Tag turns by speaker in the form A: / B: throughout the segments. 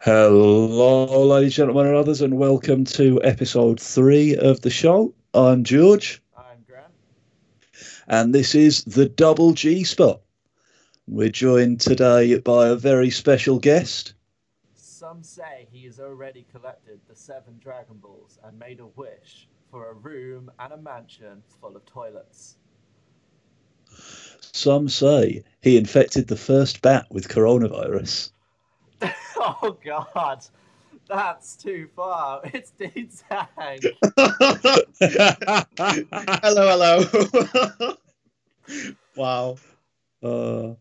A: Hello, ladies, gentlemen, and others, and welcome to episode three of the show. I'm George,
B: I'm Grant.
A: and this is the Double G Spot. We're joined today by a very special guest.
B: Some say he has already collected the seven Dragon Balls and made a wish for a room and a mansion full of toilets.
A: Some say he infected the first bat with coronavirus.
B: oh God, that's too far. It's Dean Tang.
A: Uh,
C: hello, hello. wow.
A: Uh,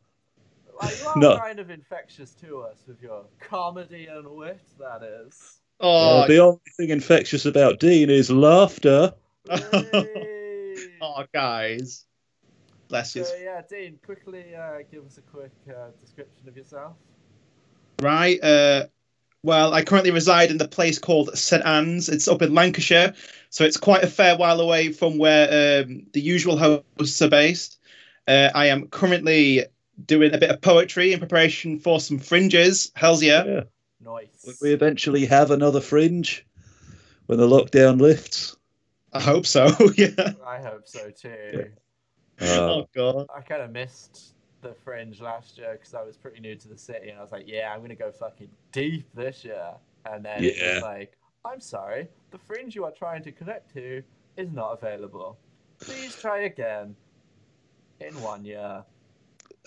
B: Like, you are
A: No.
B: kind of infectious to us with your comedy and wit. That is.
C: Oh,
A: uh, the only thing infectious about Dean is laughter.
B: Hey.
C: oh, guys. Bless you.
B: So yeah, Dean, quickly uh, give us a quick uh, description of yourself.
C: Right. Uh, well, I currently reside in the place called St Anne's. It's up in Lancashire, so it's quite a fair while away from where um, the usual hosts are based. Uh, I am currently doing a bit of poetry in preparation for some fringes. Hells yeah.
B: Nice.
A: Would we eventually have another fringe when the lockdown lifts?
C: I hope so. yeah.
B: I hope so too.
A: Uh,
C: oh, God.
B: I kind of missed the fringe last year because I was pretty new to the city, and I was like, "Yeah, I'm gonna go fucking deep this year." And then it's
A: Yeah.
B: like, "I'm sorry, the fringe you are trying to connect to is not available. Please try again in one year."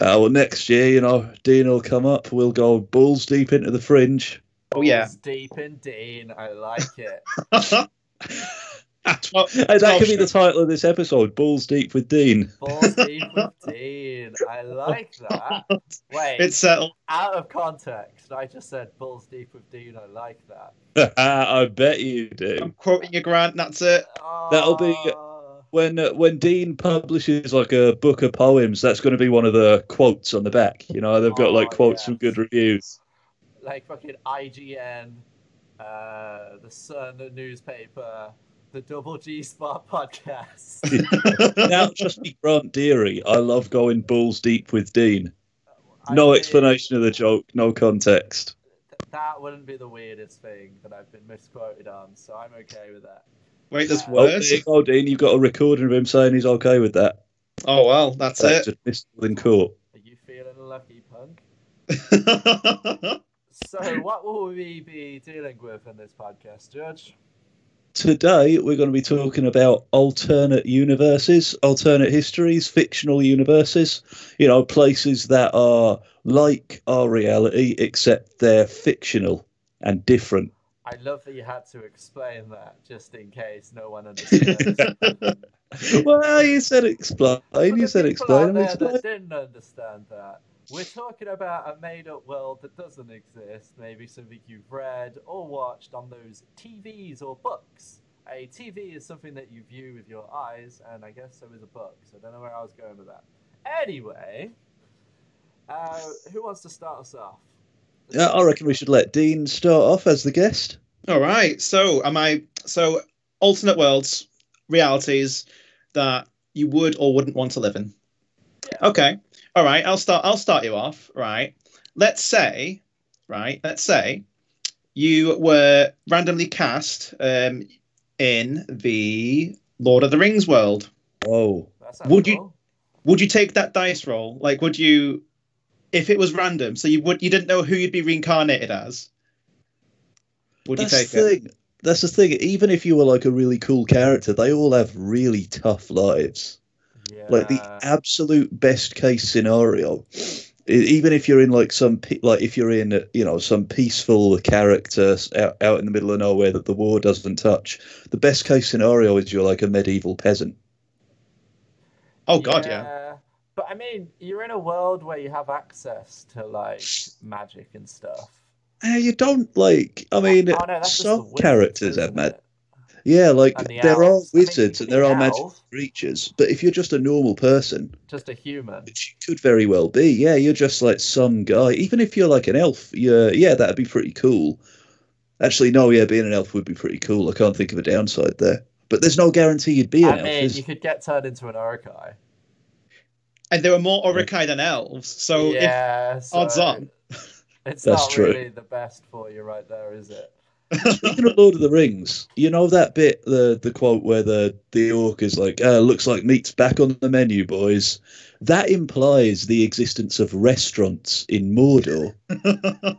A: Uh, well, next year, you know, Dean will come up. We'll go balls deep into the fringe.
C: Oh, yeah.
B: Balls deep in Dean. I like it.
C: Well,
A: Hey, that
C: well,
A: could be the title of this episode: "Balls Deep with Dean."
B: Balls deep with Dean. I like that. Wait,
C: It's uh, settled.
B: out of context. I just said balls deep with Dean. I like that.
A: I bet you
C: I'm
A: do.
C: quoting you, Grant. and That's it.
A: That'll be-
B: Ah.
A: When uh, when Dean publishes like a book of poems, that's going to be one of the quotes on the back. You know, they've got like
B: Oh,
A: quotes
B: yes.
A: from good reviews.
B: like fucking IGN, uh, the Sun newspaper, the Double G Spot podcast.
A: now, trust me, Grant Deary, I love going balls deep with Dean.
B: I
A: No
B: mean,
A: explanation of the joke, no context.
B: th- That wouldn't be the weirdest thing that I've been misquoted on, so I'm okay with that.
C: Wait, there's
B: Uh,
A: Oh, there
C: worse.
A: you go, Dean, you've got a recording of him saying he's okay with that.
C: Oh well, that's
A: That's
C: it.
A: just missed in court.
B: Are you feeling lucky, punk?
C: uh,
B: So, what will we be dealing with in this podcast, Judge?
A: Today, we're going to be talking about alternate universes, alternate histories, fictional universes, you know, places that are like our reality, except they're fictional and different.
B: I love that you had to explain that just in case no one understood.
A: well, you said explain,
B: For
A: you
B: the
A: said
B: people out
A: explain, I'm
B: there
A: explaining.
B: that didn't understand that. We're talking about a made-up world that doesn't exist. Maybe something you've read or watched on those TVs or books. A TV is something that you view with your eyes, and I guess so is a book. So I don't know where I was going with that. Anyway, uh, who wants to start us off?
A: Yeah, I reckon we should let Dean start off as the guest.
C: All right. So am I? So alternate worlds, realities that you would or wouldn't want to live in.
B: Yeah.
C: Okay. All right. I'll start. I'll start you off. Right. Let's say. Right. Let's say you were randomly cast um, in the Lord of the Rings world.
A: Oh,
B: That sounds
C: Would you-
B: cool.
C: would you take that dice roll? Like, would you, if it was random, so you would you didn't know who you'd be reincarnated as? Would you take
A: the
C: it?
A: thing. That's the thing. Even if you were like a really cool character, they all have really tough lives.
B: Yeah.
A: like the absolute best case scenario e- even if you're in like some pe- like if you're in you know some peaceful character s- out, out in the middle of nowhere that the war doesn't touch the best case scenario is you're like a medieval peasant
C: Oh God, yeah.
B: But I mean, you're in a world where you have access to like magic and stuff.
A: Eh, you don't like i mean
B: Oh, no, that's just the
A: some
B: wizards,
A: characters
B: isn't
A: have magic
B: it?
A: yeah like
B: And the
A: there are
B: elves. I mean,
A: wizards
B: you
A: and there
B: can
A: are
B: be an
A: magic
B: elf,
A: creatures but if you're just a normal person
B: Just a human.
A: which you could very well be yeah you're just like some guy even if you're like an elf you're yeah that'd be pretty cool actually no yeah being an elf would be pretty cool i can't think of a downside there but there's no guarantee you'd be an
B: I
A: elf
B: mean,
A: is-
B: you could get turned into an Urukai.
C: And there were more Orokai than elves, so
B: yeah, so
C: odds on.
B: It's
A: That's
B: not
A: true.
B: really the best for you right there, is it?
A: Speaking of Lord of the Rings, you know that bit, the the quote where the the orc is like, uh, "Looks like meat's back on the menu, boys." That implies the existence of restaurants in Mordor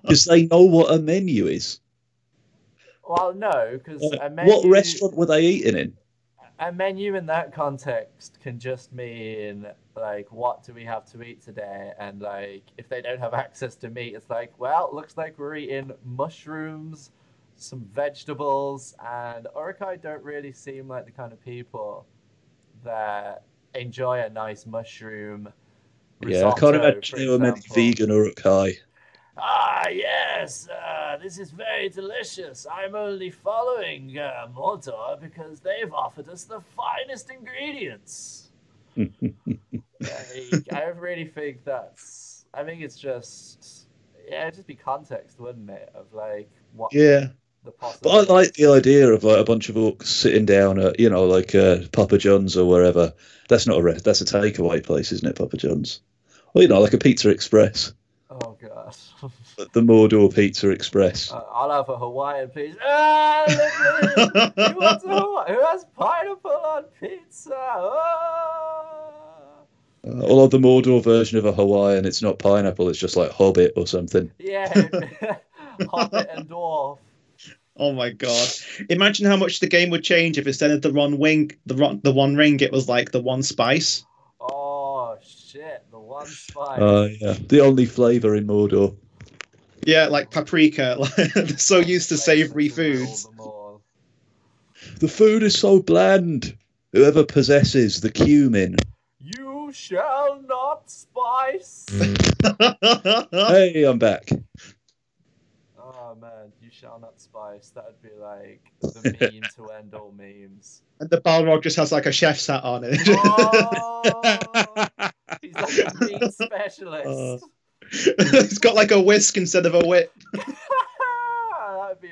A: because they know what a menu is.
B: Well, no, because a
A: Uh,
B: menu,
A: What restaurant were they eating in?
B: a menu in that context can just mean like, what do we have to eat today? And like, if they don't have access to meat, it's like, well, looks like we're eating mushrooms, some vegetables, and Urukai don't really seem like the kind of people that enjoy a nice mushroom.
A: yeah, I can't
B: risotto,
A: imagine
B: for
A: there were many
B: example.
A: vegan or high.
B: Ah, yes, uh, this is very delicious. I'm only following uh, Mordor because they've offered us the finest ingredients. like, I really think that's. I think it's just. Yeah, it'd just be context, wouldn't it? Of like what
A: Yeah,
B: the
A: but I
B: possible.
A: like the idea of like a bunch of orcs sitting down at you know like uh, Papa John's or wherever. That's not a rest. That's a takeaway place, isn't it? Papa John's, or you know like a Pizza Express,
B: Oh gosh,
A: the Mordor Pizza Express.
B: uh, I'll have a Hawaiian, please. Ah, lovely! Who wants a Hawaii? Who has pineapple on pizza? Ah!
A: Uh, although the Mordor version of a Hawaiian, it's not pineapple. It's just like Hobbit or something.
B: Yeah, Hobbit and Dwarf.
C: Oh my god! Imagine how much the game would change if instead of the one wing, the ron, the one ring, it was like the one spice.
B: Oh shit, the one spice.
A: Uh, yeah, the only flavour in Mordor.
C: Yeah, like paprika. Like, they're so used to
B: Like,
C: savory
B: to rule
C: foods.
B: them all.
A: The food is so bland. Whoever possesses the cumin.
B: You shall not spice.
C: Mm.
A: Hey, I'm back.
B: oh man, you shall not spice. That'd be like the meme to end all memes.
C: And the Balrog just has like a chef's hat on it.
B: Oh, he's like a meat specialist.
C: Uh. He's got like a whisk instead of a whip.
B: That'd be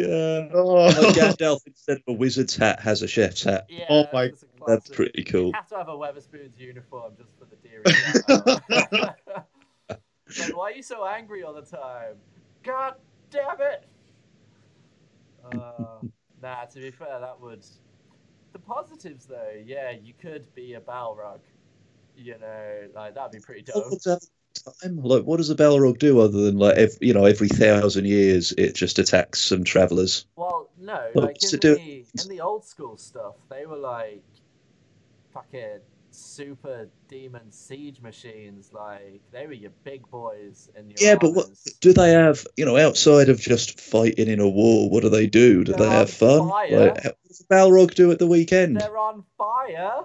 A: Yeah. Like
C: Oh.
A: Gandalf instead of a wizard's hat has a chef's hat.
B: Yeah,
C: Oh my-
B: that's, a
A: That's
B: classic.
A: pretty cool.
B: You have to have a Weatherspoons uniform just for the dairy. like, why are you so angry all the time? God damn it! Uh, nah, to be fair, that would. The positives, though, yeah, you could be a Balrog. You know, like that'd be pretty dope.
A: What's that Time? Like, what does a Balrog do other than like, ev you know, every thousand years it just attacks some travellers?
B: Well, no,
A: Well,
B: like
A: it's
B: in
A: to do-
B: the in the old school stuff, they were like fucking super demon siege machines. Like they were your big boys in your
A: Yeah, but what-
B: armies.
A: Do they have, you know, outside of just fighting in a war? What do they do? Do
B: They're
A: they have
B: on
A: fun?
B: fire.
A: Like, how- what does a Balrog do at the weekend?
B: They're on fire.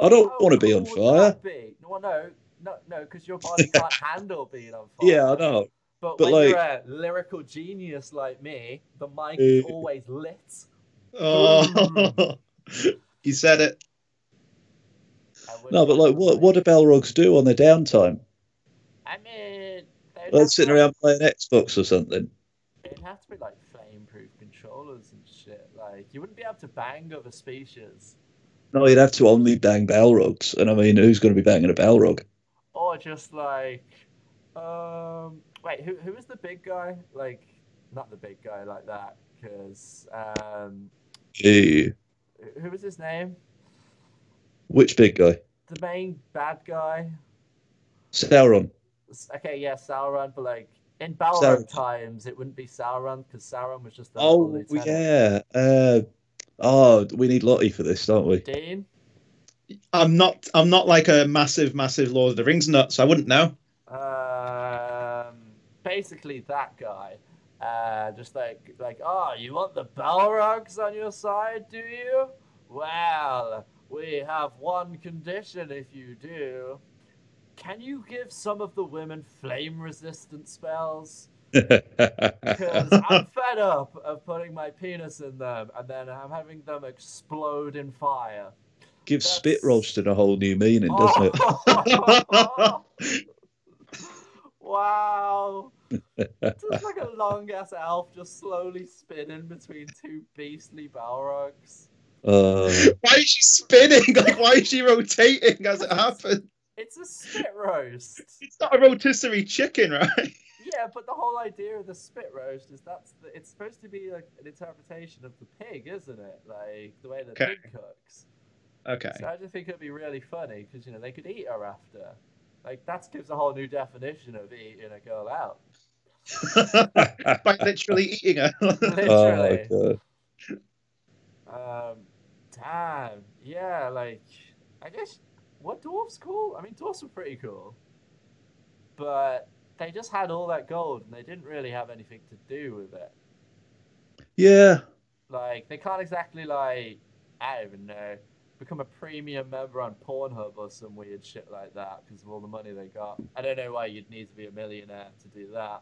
A: I don't
B: How
A: want to be
B: cool
A: on
B: would
A: fire.
B: that be? Well, no, no, no, because your body can't handle being on fire.
A: Yeah, I know.
B: But,
A: but
B: when you're a lyrical genius like me, the mic is
A: Uh,
B: always lit.
C: oh. you said it.
B: and we're
A: No, but like, what what do Balrogs do on their downtime?
B: I mean, they'd
A: They're
B: have
A: sitting
B: to-
A: around playing Xbox or something.
B: It'd have to be like flame-proof controllers and shit. Like you wouldn't be able to bang other species,
A: No, you'd have to only bang Balrogs, and I mean, who's going to be banging a Balrog?
B: or just like, um, wait, who who was the big guy? Like, not the big guy like that, because um,
A: Gee,
B: who- who was his name?
A: which big guy?
B: The main bad guy.
A: Sauron.
B: S- Okay, yeah, Sauron, but like in Balrog
A: Sauron.
B: times, it wouldn't be Sauron because Sauron was just the little
A: Oh
B: lieutenant.
A: yeah. Uh, oh, we need Lottie for this, don't we?
B: Dean.
C: I'm not. I'm not like a massive, massive Lord of the Rings nut, so I wouldn't know.
B: um, basically that guy. Uh, just like like, oh, you want the Balrogs on your side, do you? Well, we have one condition if you do. Can you give some of the women flame resistant spells? Because I'm fed up of putting my penis in them and then I'm having them explode in fire.
A: Gives
B: that's-
A: spit roasting a whole new meaning, doesn't it?
B: wow. Just like a long ass elf just slowly spinning between two beastly Balrogs. Oh.
A: Uh,
C: Why is she spinning? Like, why is she rotating as it happens?
B: It's a spit roast.
C: It's not a rotisserie chicken, right?
B: Yeah, but the whole idea of the spit roast is that's the, it's supposed to be like an interpretation of the pig, isn't it? Like the way the
C: Okay.
B: pig cooks.
C: Okay.
B: So I just think it'd be really funny because you know they could eat her after. Like that gives a whole new definition of eating a girl out.
C: By literally eating her.
B: Literally.
A: Uh, Oh, God.
B: Um, damn. Yeah, like I guess what dwarves cool? I mean, dwarves were pretty cool, but they just had all that gold and they didn't really have anything to do with it.
A: Yeah.
B: Like they can't exactly like I don't even know become a premium member on Pornhub or some weird shit like that because of all the money they got. I don't know why you'd need to be a millionaire to do that.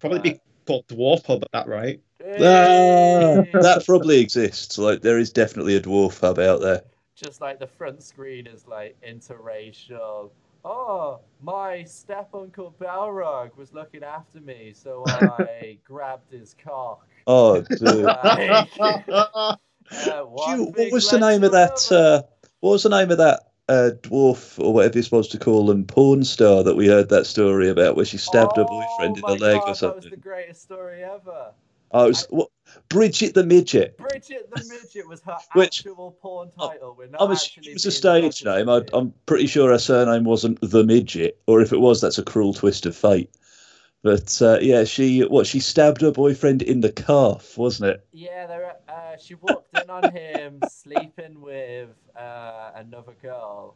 C: Probably be called Dwarf Hub at that, right?
A: Ah,
B: Hey!
A: that probably exists. Like, there is definitely a dwarf hub out there.
B: just like the front screen is like interracial. Oh, my step uncle Balrog was looking after me, so I grabbed his cock.
A: Oh, dude.
B: Uh,
A: Do
B: one
A: you,
B: thing
A: what was the
B: led
A: name
B: to
A: of that?
B: another.
A: Uh, what was the name of that uh, dwarf or whatever you're supposed to call them porn star that we heard that story about where she stabbed her boyfriend in
B: Oh my
A: the leg or
B: God, That was
A: something?
B: the greatest story ever.
A: Oh, it was what, Bridget the midget.
B: Bridget the Midget was her
A: Which-
B: actual porn title. We're not
A: I'm
B: actually
A: assuming it was a
B: being
A: stage name. I,
B: sarcastic.
A: I'm pretty sure her surname wasn't the midget, or if it was, that's a cruel twist of fate. But uh, yeah, she what she stabbed her boyfriend in the calf, wasn't it?
B: Yeah, there. Uh, she walked in on him sleeping with uh, another girl,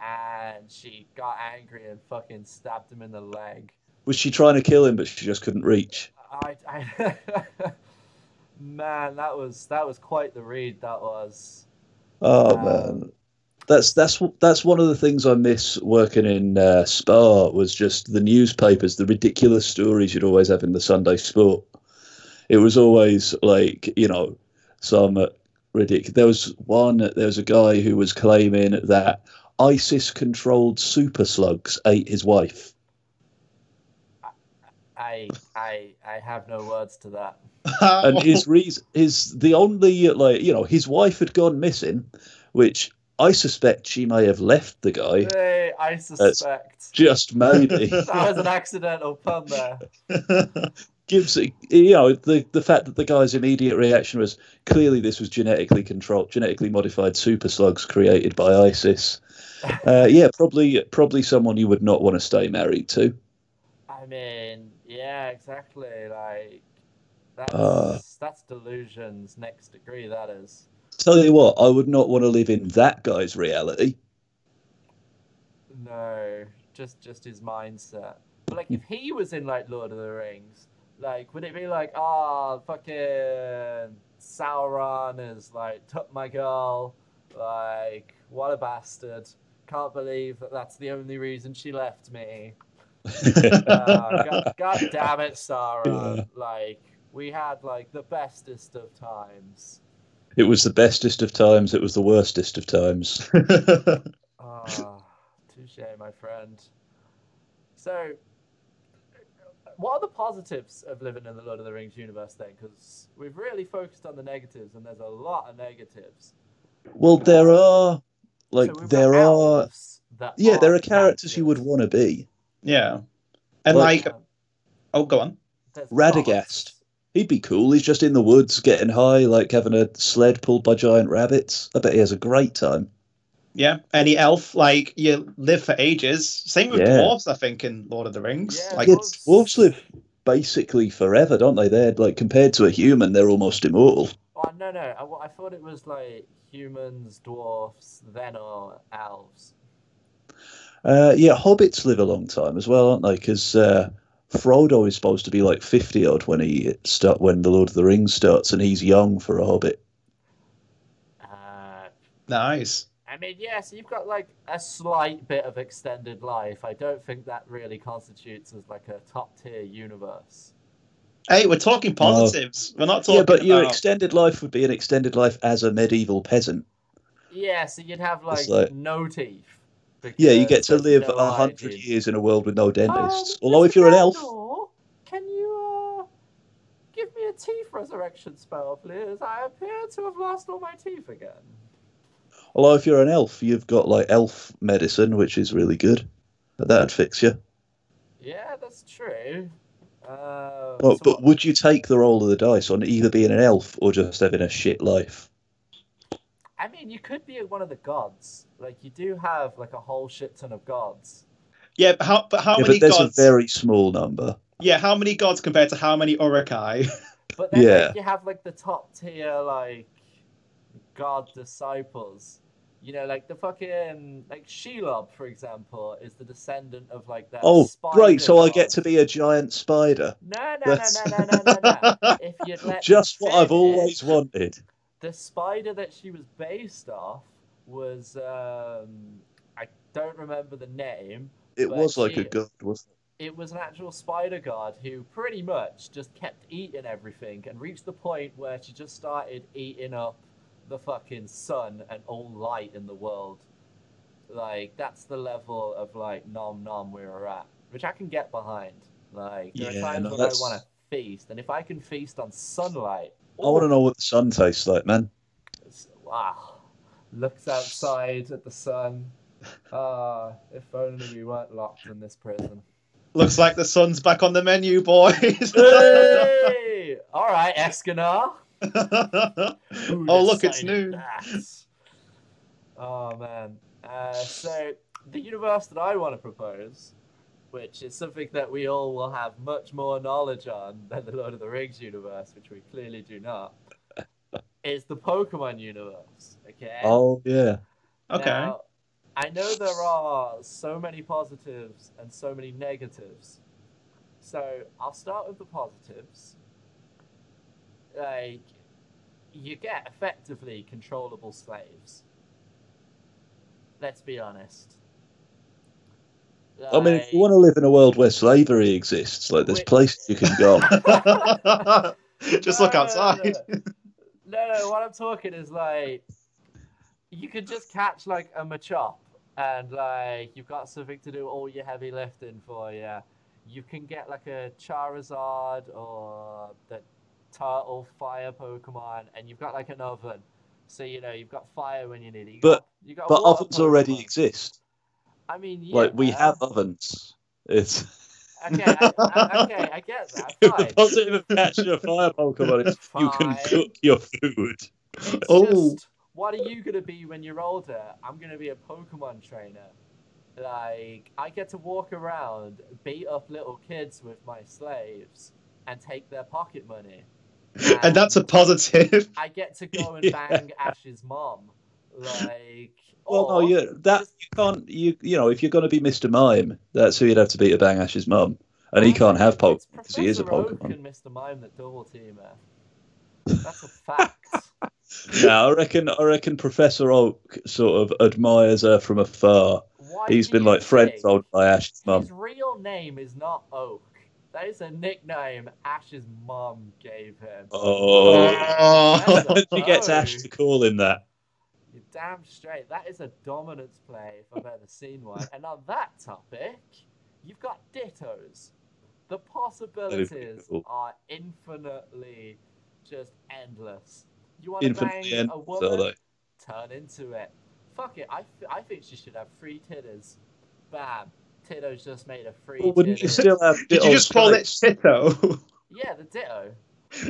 B: and she got angry and fucking stabbed him in the leg.
A: Was she trying to kill him, but she just couldn't reach?
B: I, I man, that was that was quite the read. That was.
A: Oh
B: Um,
A: man, that's that's that's one of the things I miss working in uh, Spa was just the newspapers, the ridiculous stories you'd always have in the Sunday Sport. It was always like you know some uh, ridiculous. There was one. There was a guy who was claiming that ISIS-controlled super slugs ate his wife.
B: I I I have no words to that.
A: and
C: Oh.
A: his reason is the only like you know his wife had gone missing, which I suspect she may have left the guy.
B: Hey, I suspect
A: Just maybe.
B: that was an accidental pun there.
A: gives it- you know the the fact that the guy's immediate reaction was clearly this was genetically controlled, genetically modified super slugs created by ISIS. Uh, yeah, probably probably someone you would not want to stay married to.
B: I mean, yeah, exactly. Like that's
A: Uh.
B: that's delusions next degree. That is.
A: Tell you what, I would not want to live in that guy's reality.
B: No, just just his mindset. But like, if he was in like Lord of the Rings, like, would it be like, ah, fucking Sauron is like took my girl, like what a bastard! Can't believe that that's the only reason she left me. Uh, God, God damn it, Sauron! Like, we had like the bestest of times.
A: It was the bestest of times. It was the worstest of times.
B: Ah, touche, my friend. So, what are the positives of living in the Lord of the Rings universe then? Because we've really focused on the negatives, and there's a lot of negatives.
A: Well, there are
B: So
A: like
B: we've got
A: there are
B: elves that
A: yeah there are characters
B: characters.
A: you would want to be.
C: yeah. And
A: Well-
C: like,
B: Um,
C: oh, go on.
B: there's
A: Radagast.
B: gods.
A: He'd be cool. He's just in the woods getting high, like having a sled pulled by giant rabbits. I bet he has a great time.
C: Yeah. Any elf, like, you live for ages. Same with
A: Yeah.
C: dwarves, I think, in Lord of the Rings.
B: Yeah,
C: like,
A: yeah,
B: dwarves-
A: dwarves live basically forever, don't they? They're like compared to a human, they're almost immortal.
B: Oh, no, no. I, wa- I thought it was like humans, dwarfs, then or elves.
A: Uh, yeah, hobbits live a long time as well, aren't they? Because uh, Frodo is supposed to be like fifty odd when he start when the Lord of the Rings starts, and he's young for a hobbit.
B: Uh,
C: nice.
B: I mean, yes, you've got like a slight bit of extended life. I don't think that really constitutes as like a top tier universe.
C: Hey, we're talking positives. We're not talking
A: yeah, but your
C: about-
A: extended life would be an extended life as a medieval peasant.
B: Yeah, so you'd have like,
A: It's like-
B: no teeth.
A: Yeah, you
B: because
A: get to
B: there's
A: live
B: no
A: a hundred
B: hygiene.
A: years in a world with no dentists.
B: Um,
C: Oh,
A: Although
B: Mr.
A: if you're an elf.
B: Gandor, can you uh, give me a teeth resurrection spell, please? I appear to have lost all my teeth again.
A: Although if you're an elf, you've got like elf medicine, which is really good. But that'd fix you.
B: Yeah, that's true. Uh,
A: Well,
B: so
A: Oh, but
B: what-
A: would you take the roll of the dice on either being an elf or just having a shit life?
B: I mean, you could be one of the gods. Like you do have like a whole shit ton of gods.
C: Yeah, but how, but how
A: yeah,
C: many
A: but there's
C: gods?
A: a very small number.
C: Yeah, how many gods compared to how many orakai?
B: But then like,
A: Yeah.
B: you have like the top tier like god disciples. You know, like the fucking like Shelob, for example, is the descendant of like that.
A: Oh,
B: spider
A: great! So I
B: god.
A: get to be a giant spider.
B: No, no, no,
A: That's-
B: no, no, no, no, no. If you'd let me
A: Just what I've
B: finish.
A: always wanted.
B: the spider that she was based off was um I don't remember the name.
A: It
B: But
A: was like a
B: she-
A: god, wasn't it?
B: It was an actual spider god who pretty much just kept eating everything and reached the point where she just started eating up the fucking sun and all light in the world. Like that's the level of like nom nom we were at, which I can get behind. Like there
A: Yeah,
B: are times
A: no,
B: when
A: that's-
B: I want to feast, and if I can feast on sunlight,
A: I want to know what the sun tastes like, man.
B: It's- Wow. ah, Looks outside at the sun. Ah, if only we weren't locked in this prison.
C: Looks like the sun's back on the menu, boys.
B: Hey! All right, Escanar. Who
C: Oh, look, it's
B: decided
C: new.
B: that? Oh man. Uh, so the universe that I want to propose, which is something that we all will have much more knowledge on than the Lord of the Rings universe, which we clearly do not, is the Pokemon universe. Okay.
A: Oh yeah,
C: okay.
B: Now, I know there are so many positives and so many negatives. So I'll start with the positives. Like, you get effectively controllable slaves. Let's be honest.
A: I mean, if you
B: Like-
A: want to live in a world where slavery exists, like there's
B: Wait.
A: places you can go.
C: Just
B: No,
C: look
B: no, no, no,
C: outside.
B: No, no, what I'm talking is like you could just catch like a Machop and like you've got something to do all your heavy lifting for you. You can get like a Charizard or the turtle fire Pokemon and you've got like an oven. So you know you've got fire when you need it. You
A: But-
B: got, you got
A: but
B: water
A: ovens already
B: Pokemon.
A: exist.
B: I mean, yeah.
A: Like we have ovens. It's
B: Okay, I, I, okay, I get that.
A: the
B: Fine.
A: positive of catching a fire Pokemon is you can
B: Fine.
A: cook your food.
B: It's
C: Oh.
B: just, what are you going to be when you're older? I'm going to be a Pokemon trainer. Like, I get to walk around, beat up little kids with my slaves, and take their pocket money.
C: And that's a positive.
B: I get to go and
A: Yeah.
B: bang Ash's mom. Like,
A: Well, no,
B: or
A: you that
B: just-
A: you can't. You you know, if you're going to be Mr. Mime, that's who you'd have to be to bang Ash's mum, and he can't have Pokemon
B: It's
A: because he is a
B: Professor Oak
A: Pokemon.
B: and Mr. Mime that double team her. That's a fact.
A: Yeah, I reckon. I reckon Professor Oak sort of admires her from afar.
B: Why
A: He's
B: do
A: been
B: you
A: like friends
B: think-
A: old by Ash's mum.
B: His real name is not Oak. That is a nickname Ash's mom gave him.
A: Oh,
C: Oh.
A: he gets Ash to call him that.
B: You're damn straight. That is a dominance play if I've ever seen one. And on that topic, you've got dittos. The possibilities
A: beautiful.
B: are infinitely just endless. You want to
A: Infinitely
B: bang
A: end.
B: a
A: So
B: woman?
A: like,
B: turn into it. Fuck it, I, th- I think she should have three titters. Bam, Titto's just made a free.
A: well, "Oh, wouldn't you
B: titto.
A: still have?
C: Did you
A: little
C: just call it
A: stripes?
C: Tito?
B: Yeah, the ditto.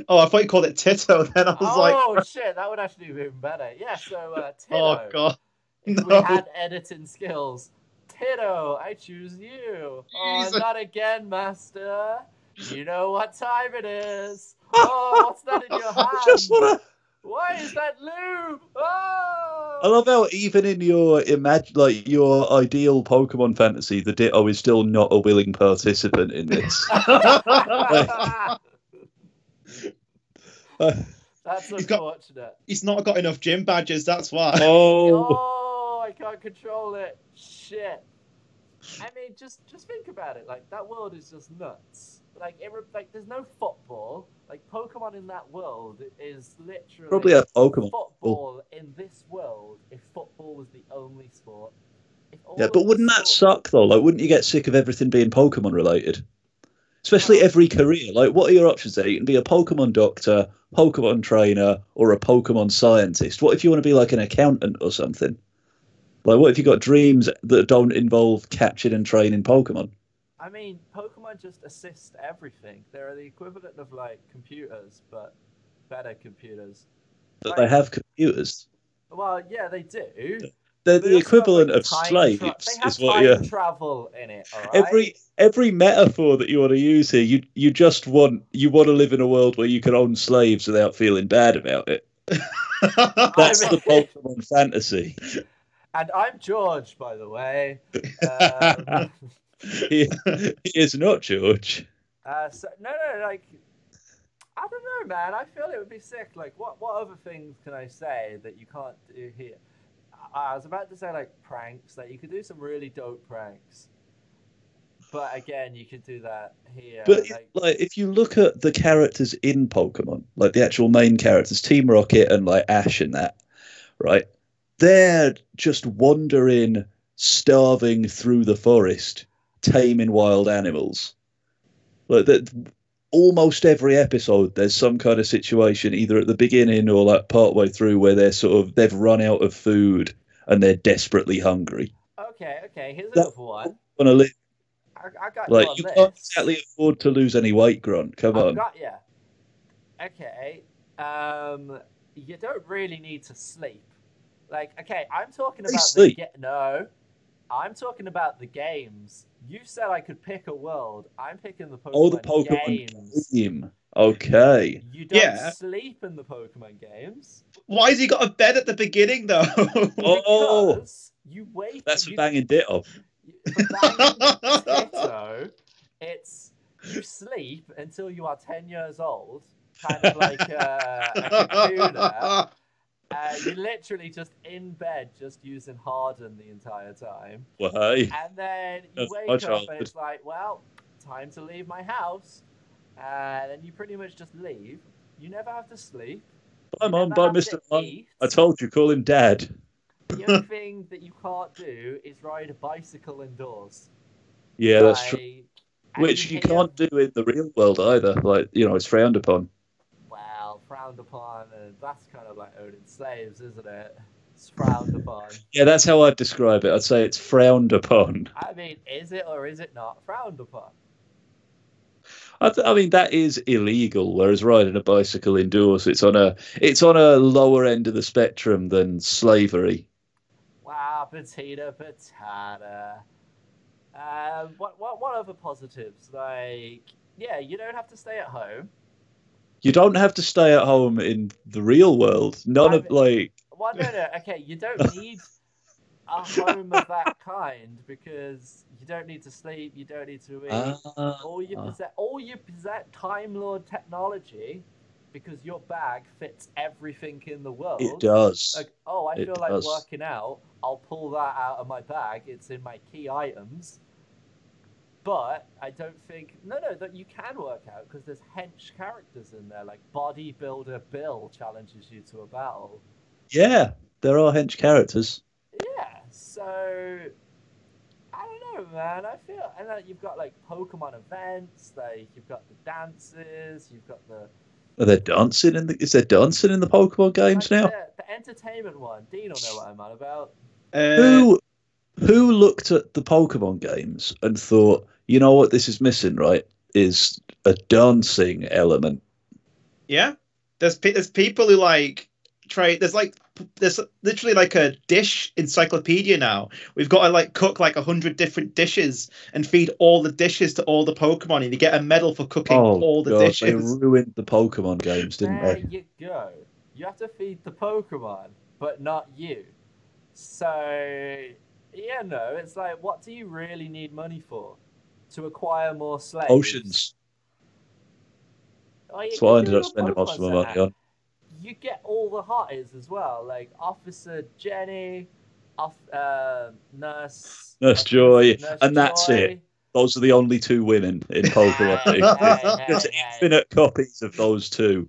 C: Oh, I thought you called it Tito. Then I was like,
B: oh shit, that would actually be even better. Yeah, so uh, Titto,
C: oh god,
B: if we
C: no.
B: had editing skills. Titto, I choose you. Oh,
C: Jesus.
B: not again, master. You know what time it is. Oh, what's that in your hand?
A: I just wanna.
B: Why is that lube? Oh!
A: I love how even in your imag- like your ideal Pokemon fantasy, the Ditto is still not a willing participant in this.
B: Oh!
A: Uh,
B: That's
C: You've got-
B: unfortunate.
C: He's not got enough gym badges. That's why.
A: oh,
B: Oh, I can't control it. Shit. I mean, just just think about it. Like that world is just nuts. Like it, re- like there's no football. Like Pokemon in that world is literally
A: probably a Pokemon.
B: football in this world. If football was the only sport. If all
A: Yeah,
B: of
A: but
B: the
A: wouldn't that
B: sports-
A: suck though? Like, wouldn't you get sick of everything being Pokemon related? Especially every career. Like, what are your options there? You can be a Pokemon doctor, Pokemon trainer, or a Pokemon scientist. What if you want to be like an accountant or something? Like, what if you got dreams that don't involve catching and training Pokemon?
B: I mean, Pokemon just assist everything. They're the equivalent of like computers, but better computers.
A: But they have computers.
B: Well, yeah, they do.
A: They're
B: They
A: the
B: also have,
A: equivalent
B: like,
A: of
B: time
A: slaves,
B: tra- they have
A: is what
B: time
A: you're.
B: travel in it. All right?
A: Every every metaphor that you want to use here, you you just want you want to live in a world where you can own slaves without feeling bad about it. That's
B: I
A: the
B: mean-
A: Pokemon fantasy.
B: and I'm George, by the way. Um,
A: He, he is not George.
B: Uh, so, no, no, like I don't know, man. I feel it would be sick. Like, what what other things can I say that you can't do here? I, I was about to say like pranks. Like, you could do some really dope pranks, but again, you could do that here.
A: But
B: like,
A: like, if you look at the characters in Pokemon, like the actual main characters, Team Rocket and like Ash and that, right? They're just wandering, starving through the forest, taming wild animals. Like that, almost every episode, there's some kind of situation either at the beginning or like partway through where they're sort of they've run out of food and they're desperately hungry.
B: okay, okay. Here's
A: that-
B: another one.
A: Want to live?
B: I, I got
A: Like you
B: you on
A: can't
B: this.
A: exactly afford to lose any weight, Grunt. Come
B: I've
A: on.
B: got you. Okay. Um, you don't really need to sleep. Like, okay, I'm talking
A: They
B: about
A: sleep.
B: the ga- no. I'm talking about the games. You said I could pick a world. I'm picking the Pokemon,
A: Oh, the Pokemon
B: games.
A: game. Okay.
B: You don't
C: Yeah.
B: sleep in the Pokemon games.
C: Why has he got a bed at the beginning though?
A: Oh.
B: because you wait.
A: That's for
B: you,
A: banging dit off.
B: for banging potato, it's you sleep until you are ten years old, kind of like uh, a computer. Uh, you're literally just in bed, just using Harden the entire time.
A: Well, hey.
B: And then you
A: That's my
B: wake up
A: childhood.
B: and it's like, well, time to leave my house. And then you pretty much just leave. You never have to sleep.
A: Bye,
B: you
A: Mum.
B: never
A: Bye,
B: have
A: Mr.
B: to
A: Mum.
B: eat.
A: I told you, call him Dad.
B: The only thing that you can't do is ride a bicycle indoors.
A: Yeah, that's true.
B: Like, and
A: Which you
B: hear-
A: can't do in the real world either. Like, you know, it's frowned upon.
B: Well, frowned upon. And that's kind of like owning slaves, isn't it? It's frowned upon.
A: Yeah, that's how I'd describe it. I'd say it's frowned upon.
B: I mean, is it or is it not frowned upon?
A: I, th- I mean, that is illegal. Whereas riding a bicycle indoors, it's on a it's on a lower end of the spectrum than slavery.
B: Wow, potato, potato. Um, what, what, what other positives? Like, yeah, you don't have to stay at home.
A: You don't have to stay at home in the real world. None of
B: Private-
A: like
B: Well, no, no, okay, you don't need a home of that kind because you don't need to sleep, you don't need to eat.
A: ah,
B: all you
A: ah.
B: possess, all you possess, Time Lord technology, because your bag fits everything in the world.
A: it does.
B: Like, oh, I
A: It
B: feel like
A: does.
B: working out. I'll pull that out of my bag. It's in my key items. But I don't think no, no, that you can work out because there's hench characters in there. Like bodybuilder Bill challenges you to a battle.
A: Yeah, there are hench characters.
B: Yeah, so I don't know, man. I feel and like you've got like Pokemon events. Like you've got the dances. You've got the
A: Are there dancing in the? Is there dancing in the Pokemon games
B: like,
A: now?
B: The, the entertainment one. Dean will know what I'm on about.
C: Uh,
A: Who, who looked at the Pokemon games and thought, you know what, this is missing, right? Is a dancing element.
C: yeah, there's pe- there's people who like try. There's like there's literally like a dish encyclopedia now. We've got to like cook like a hundred different dishes and feed all the dishes to all the Pokemon, and you get a medal for cooking all the
A: Oh, God, they
C: dishes.
A: ruined the Pokemon games, didn't
B: There
A: they?
B: you go. You have to feed the Pokemon, but not you. So, yeah, no, it's like, what do you really need money for? To acquire more slaves?
A: Oceans.
B: Oh, you
A: That's what I
B: can
A: ended
B: do
A: up
B: your
A: spending most of my
B: Pokemon
A: money
B: set.
A: on.
B: You get all the hotties as well, like Officer Jenny, off, uh, Nurse.
A: Nurse Joy,
B: Nurse
A: and that's it.
B: Joy.
A: Those are the only two women in Pokemon.
B: Hey,
A: There's
B: hey,
A: Just
B: hey, hey.
A: Infinite copies of those two.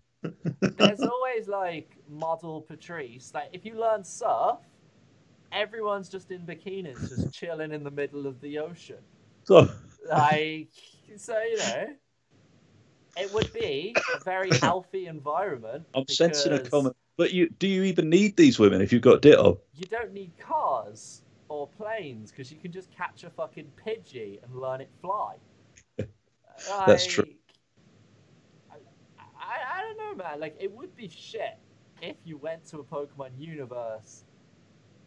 B: there's always like model Patrice. Like if you learn surf, everyone's just in bikinis, just chilling in the middle of the ocean.
A: So,
B: Like so, you know, it would be a very healthy environment.
A: I'm sensing a
B: because
A: comment. But you, do you even need these women if you've got Ditto?
B: You don't need cars. or planes because you can just catch a fucking Pidgey and learn it fly.
A: That's true.
B: Like, I, I, I don't know, man. Like, it would be shit if you went to a Pokemon universe,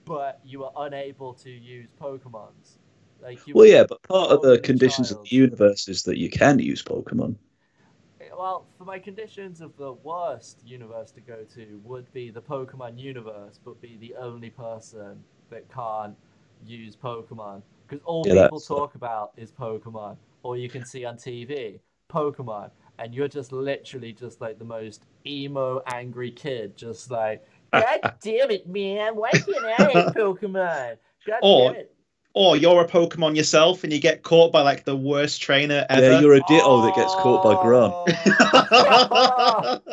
B: but you were unable to use Pokemons. Like, you
A: Well,
B: were
A: yeah, but part of the
B: Golden
A: conditions of
B: Child.
A: the universe is that you can use Pokemon.
B: Well, for my conditions of the worst universe to go to would be the Pokemon universe, but be the only person that can't use Pokemon. Because all
A: Yeah,
B: people
A: that's-
B: talk about is Pokemon, or you can see on TV, Pokemon. And you're just literally just like the most emo, angry kid, just like, God damn it, man, why can't I have Pokemon? God
C: Or-
B: damn it.
C: Or you're a Pokemon yourself and you get caught by like the worst trainer ever.
A: Yeah, you're a ditto that gets caught by Grant.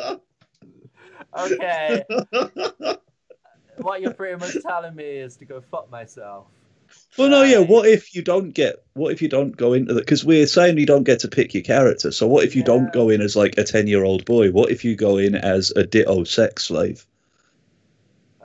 B: Oh. okay. what you're pretty much telling me is to go fuck myself.
A: Well, no, yeah.
B: Right.
A: What if you don't get? What if you don't go into that? Because we're saying you don't get to pick your character. So what if you
B: Yeah.
A: don't go in as like a ten-year-old boy? What if you go in as a ditto sex slave?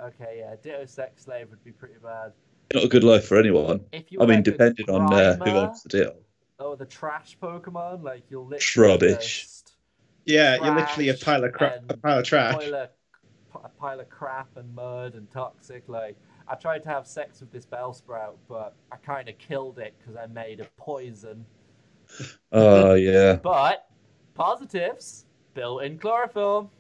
B: Okay, yeah, ditto sex slave would be pretty bad.
A: Not a good life for anyone.
B: If you
A: I mean,
B: went with
A: depending on uh, who
B: Grimer,
A: owns the ditto.
B: Oh, the trash Pokemon, like you'll literally
A: Rubbish.
B: just
C: yeah, you're literally a
B: Trash
C: pile of crap.
B: and
C: A pile of trash.
B: pile of, a pile of crap and mud and toxic. Like I tried to have sex with this Bellsprout, but I kind of killed it because I made a poison.
A: Oh yeah.
B: But positives, built-in chlorophyll.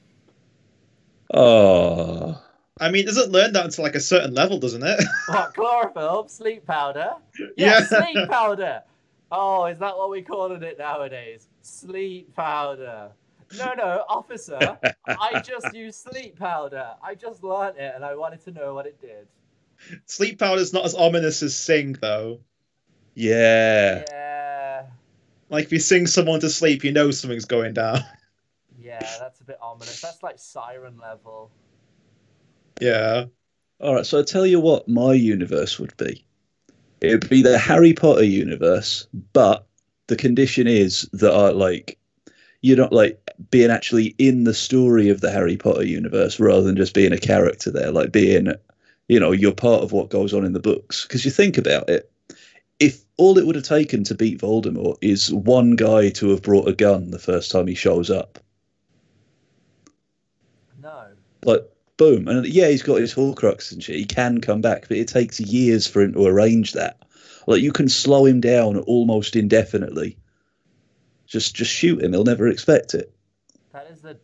A: Oh.
C: I mean, it doesn't learn that until like a certain level, doesn't it?
B: What chlorophyll? Sleep powder?
C: Yeah.
B: Yeah, sleep powder. Oh, is that what we calling it nowadays? Sleep powder. No, no, officer. I just used sleep powder. I just learnt it, and I wanted to know what it did.
C: Sleep powder's not as ominous as sing though.
A: Yeah.
B: Yeah,
C: Like if you sing someone to sleep, you know something's going down.
B: yeah, that's a bit ominous. That's like siren level.
C: Yeah.
A: All right. So I tell you what, my universe would be. It would be the Harry Potter universe, but the condition is that I like you're not like being actually in the story of the Harry Potter universe rather than just being a character there, like being, you know, you're part of what goes on in the books. Because you think about it, if all it would have taken to beat Voldemort is one guy to have brought a gun the first time he shows up,
B: No.
A: like boom and yeah he's got his horcrux and shit he can come back but it takes years for him to arrange that like you can slow him down almost indefinitely just just shoot him he'll never expect it
B: That is the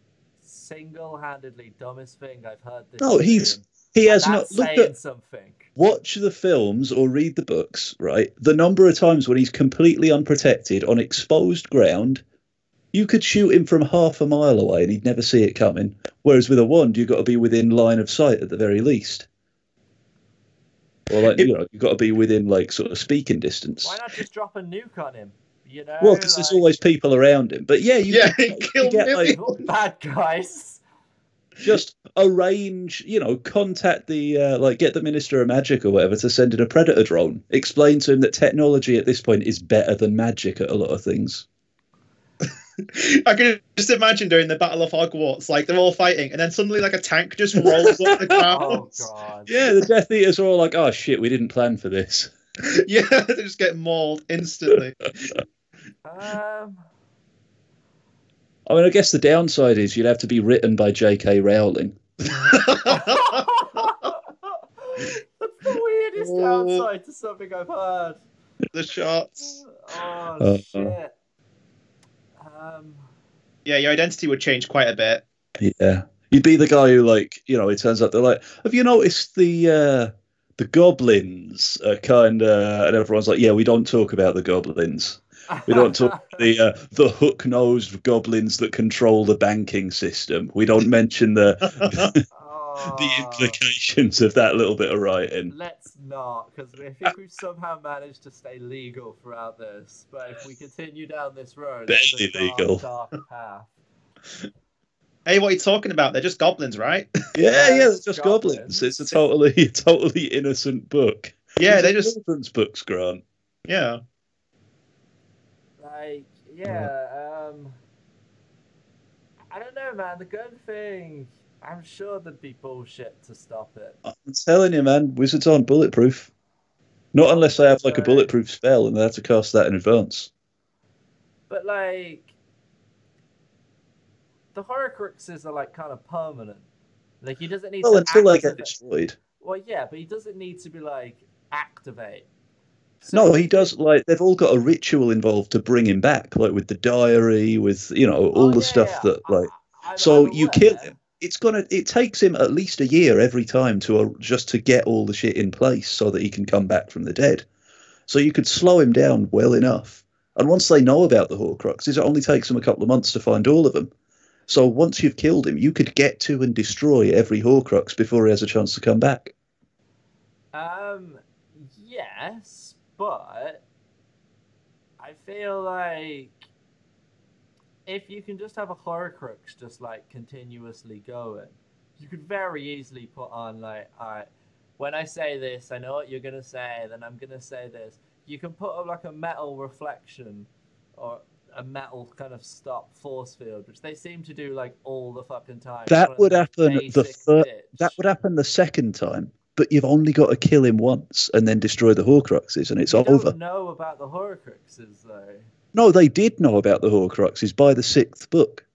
B: single-handedly dumbest thing I've heard this
A: No, Oh, he's-
B: season.
A: he has
B: That's
A: not looked
B: saying
A: at
B: something.
A: watch the films or read the books right the number of times when he's completely unprotected on exposed ground you could shoot him from half a mile away and he'd never see it coming whereas with a wand you've got to be within line of sight at the very least or like you know you've got to be within like sort of speaking distance
B: Why not just drop a nuke on him? You know,
A: Well, because there's
B: like-
A: always people around him. But yeah, you
C: Yeah,
A: could-
C: he
A: you
C: killed
A: get, like,
B: bad guys.
A: just arrange, you know, contact the uh, like get the Minister of Magic or whatever to send in a predator drone. Explain to him that technology at this point is better than magic at a lot of things.
C: I can just imagine during the Battle of Hogwarts, like they're all fighting, and then suddenly like a tank just rolls up the
B: Oh
C: clouds.
B: god.
A: Yeah, the Death Eaters are all like, "Oh shit, we didn't plan for this."
C: yeah, they just get mauled instantly.
B: Um,
A: I mean, I guess the downside is you'd have to be written by J.K. Rowling.
B: that's the weirdest
A: Uh,
C: Oh.
B: downside to something I've heard.
C: the shots.
B: Oh
A: Uh,
B: shit. Um,
C: Yeah, your identity would change quite a bit.
A: Yeah, you'd be the guy who, like, you know, it turns out they're like, "Have you noticed the uh, the goblins?" Uh, kind of, and everyone's like, "Yeah, we don't talk about the goblins. We don't talk the uh, the hook nosed goblins that control the banking system. We don't mention the
B: Oh,
A: the implications of that little bit of writing."
B: Let's not, because I think we've somehow managed to stay legal throughout this. But if we continue down this road, there's a
A: Barely
B: dark,
A: legal.
B: dark path.
C: hey, what are you talking about? They're just goblins, right?
A: Yeah, yeah,
B: it's
A: it's just
B: goblins.
A: goblins. It's a totally totally innocent book.
C: yeah,
A: These
C: they
A: are
C: just
A: children's books, Grant.
C: yeah.
B: Like, yeah, um, I don't know, man. The gun thing, I'm sure there'd be bullshit to stop it.
A: I'm telling you, man, wizards aren't bulletproof. Not unless they have like a
B: Sorry.
A: bulletproof spell and they have to cast that in advance.
B: But like the Horcruxes are like kind of permanent. Like he doesn't need
A: Well,
B: to
A: until they get
B: activate-
A: destroyed.
B: Well, yeah, but he doesn't need to be like activate. So-
A: No, he does. Like they've all got a ritual involved to bring him back, like with the diary, with you know all
B: Oh,
A: the
B: yeah,
A: stuff
B: yeah,
A: that
B: I-
A: like.
B: I- I'm-
A: so
B: I'm
A: you kill
B: aware.
A: him. It's gonna. It takes him at least a year every time to uh, just to get all the shit in place so that he can come back from the dead. So you could slow him down well enough. And once they know about the Horcruxes, it only takes them a couple of months to find all of them. So once you've killed him, you could get to and destroy every Horcrux before he has a chance to come back.
B: Um, yes, but I feel like if you can just have a Horcrux just like continuously going, you could very easily put on like, alright, when I say this, I know what you're gonna say, then I'm gonna say this. You can put up like a metal reflection or a metal kind of stop force field, which they seem to do like all the fucking time. It's
A: That
B: one of
A: would
B: their
A: happen the
B: basic
A: fir-
B: bits.
A: That would happen the second time, but you've only got to kill him once and then destroy the Horcruxes, and it's
B: You
A: over.
B: don't know about the Horcruxes though.
A: No, they did know about the Horcruxes by the sixth book.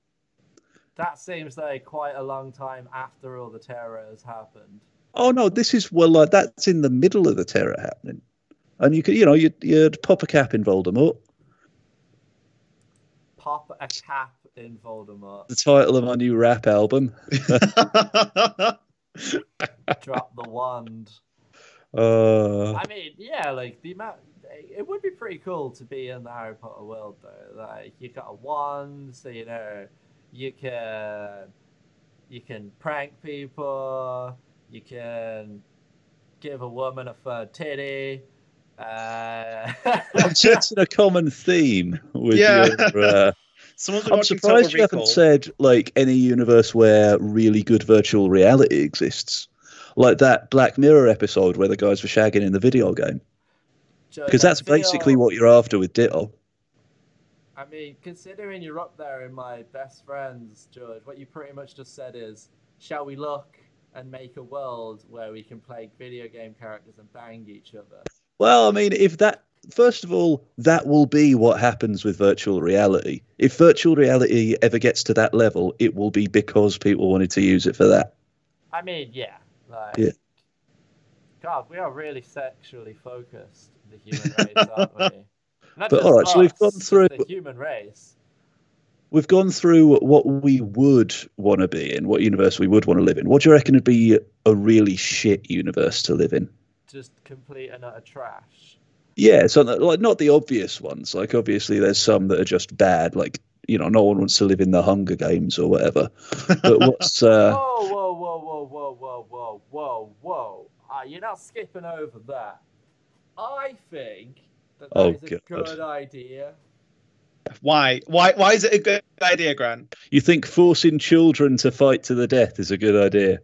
B: That seems like quite a long time after all the terror has happened.
A: Oh no, this is well, like that's in the middle of the terror happening, and you could, you know, you'd, you'd pop a cap in Voldemort.
B: Pop a cap in Voldemort,
A: The title of my new rap album.
B: drop the wand.
A: Uh,
B: I mean, yeah, like the amount. It would be pretty cool to be in the Harry Potter world though. Like you got a wand, so you know you can you can prank people. You can give a woman a third titty. Uh...
A: I'm sensing a common theme with
C: Yeah.
A: your. Uh,
C: Someone's been
A: I'm
C: watching
A: surprised
C: Total
A: you haven't
C: Recall.
A: said like any universe where really good virtual reality exists, like that Black Mirror episode where the guys were shagging in the video game,
B: Joe,
A: because
B: I
A: that's basically
B: feel-
A: what you're after with Ditto.
B: I mean, considering you're up there in my best friends, George, what you pretty much just said is, shall we look and make a world where we can play video game characters and bang each other?
A: Well, I mean, if that, first of all, that will be what happens with virtual reality. If virtual reality ever gets to that level, it will be because people wanted to use it for that.
B: I mean, yeah, like,
A: Yeah.
B: God, we are really sexually focused, the human race, aren't we? Not
A: But
B: just
A: all right, so we've
B: us,
A: gone
B: just
A: through-
B: the human race.
A: We've gone through what we would want to be in, what universe we would want to live in. What do you reckon would be a really shit universe to live in?
B: Just complete and utter trash.
A: Yeah, so that- like not the obvious ones. Like obviously, there's some that are just bad. Like you know, no one wants to live in the Hunger Games or whatever. But what's uh,
B: whoa, whoa, whoa, whoa, whoa, whoa, whoa, whoa, whoa. Ah, you're not skipping over that. I think that
A: Oh,
B: that's a
A: God.
B: good idea.
C: Why? Why? Why is it a good idea, Gran?
A: you think forcing children to fight to the death is a good idea?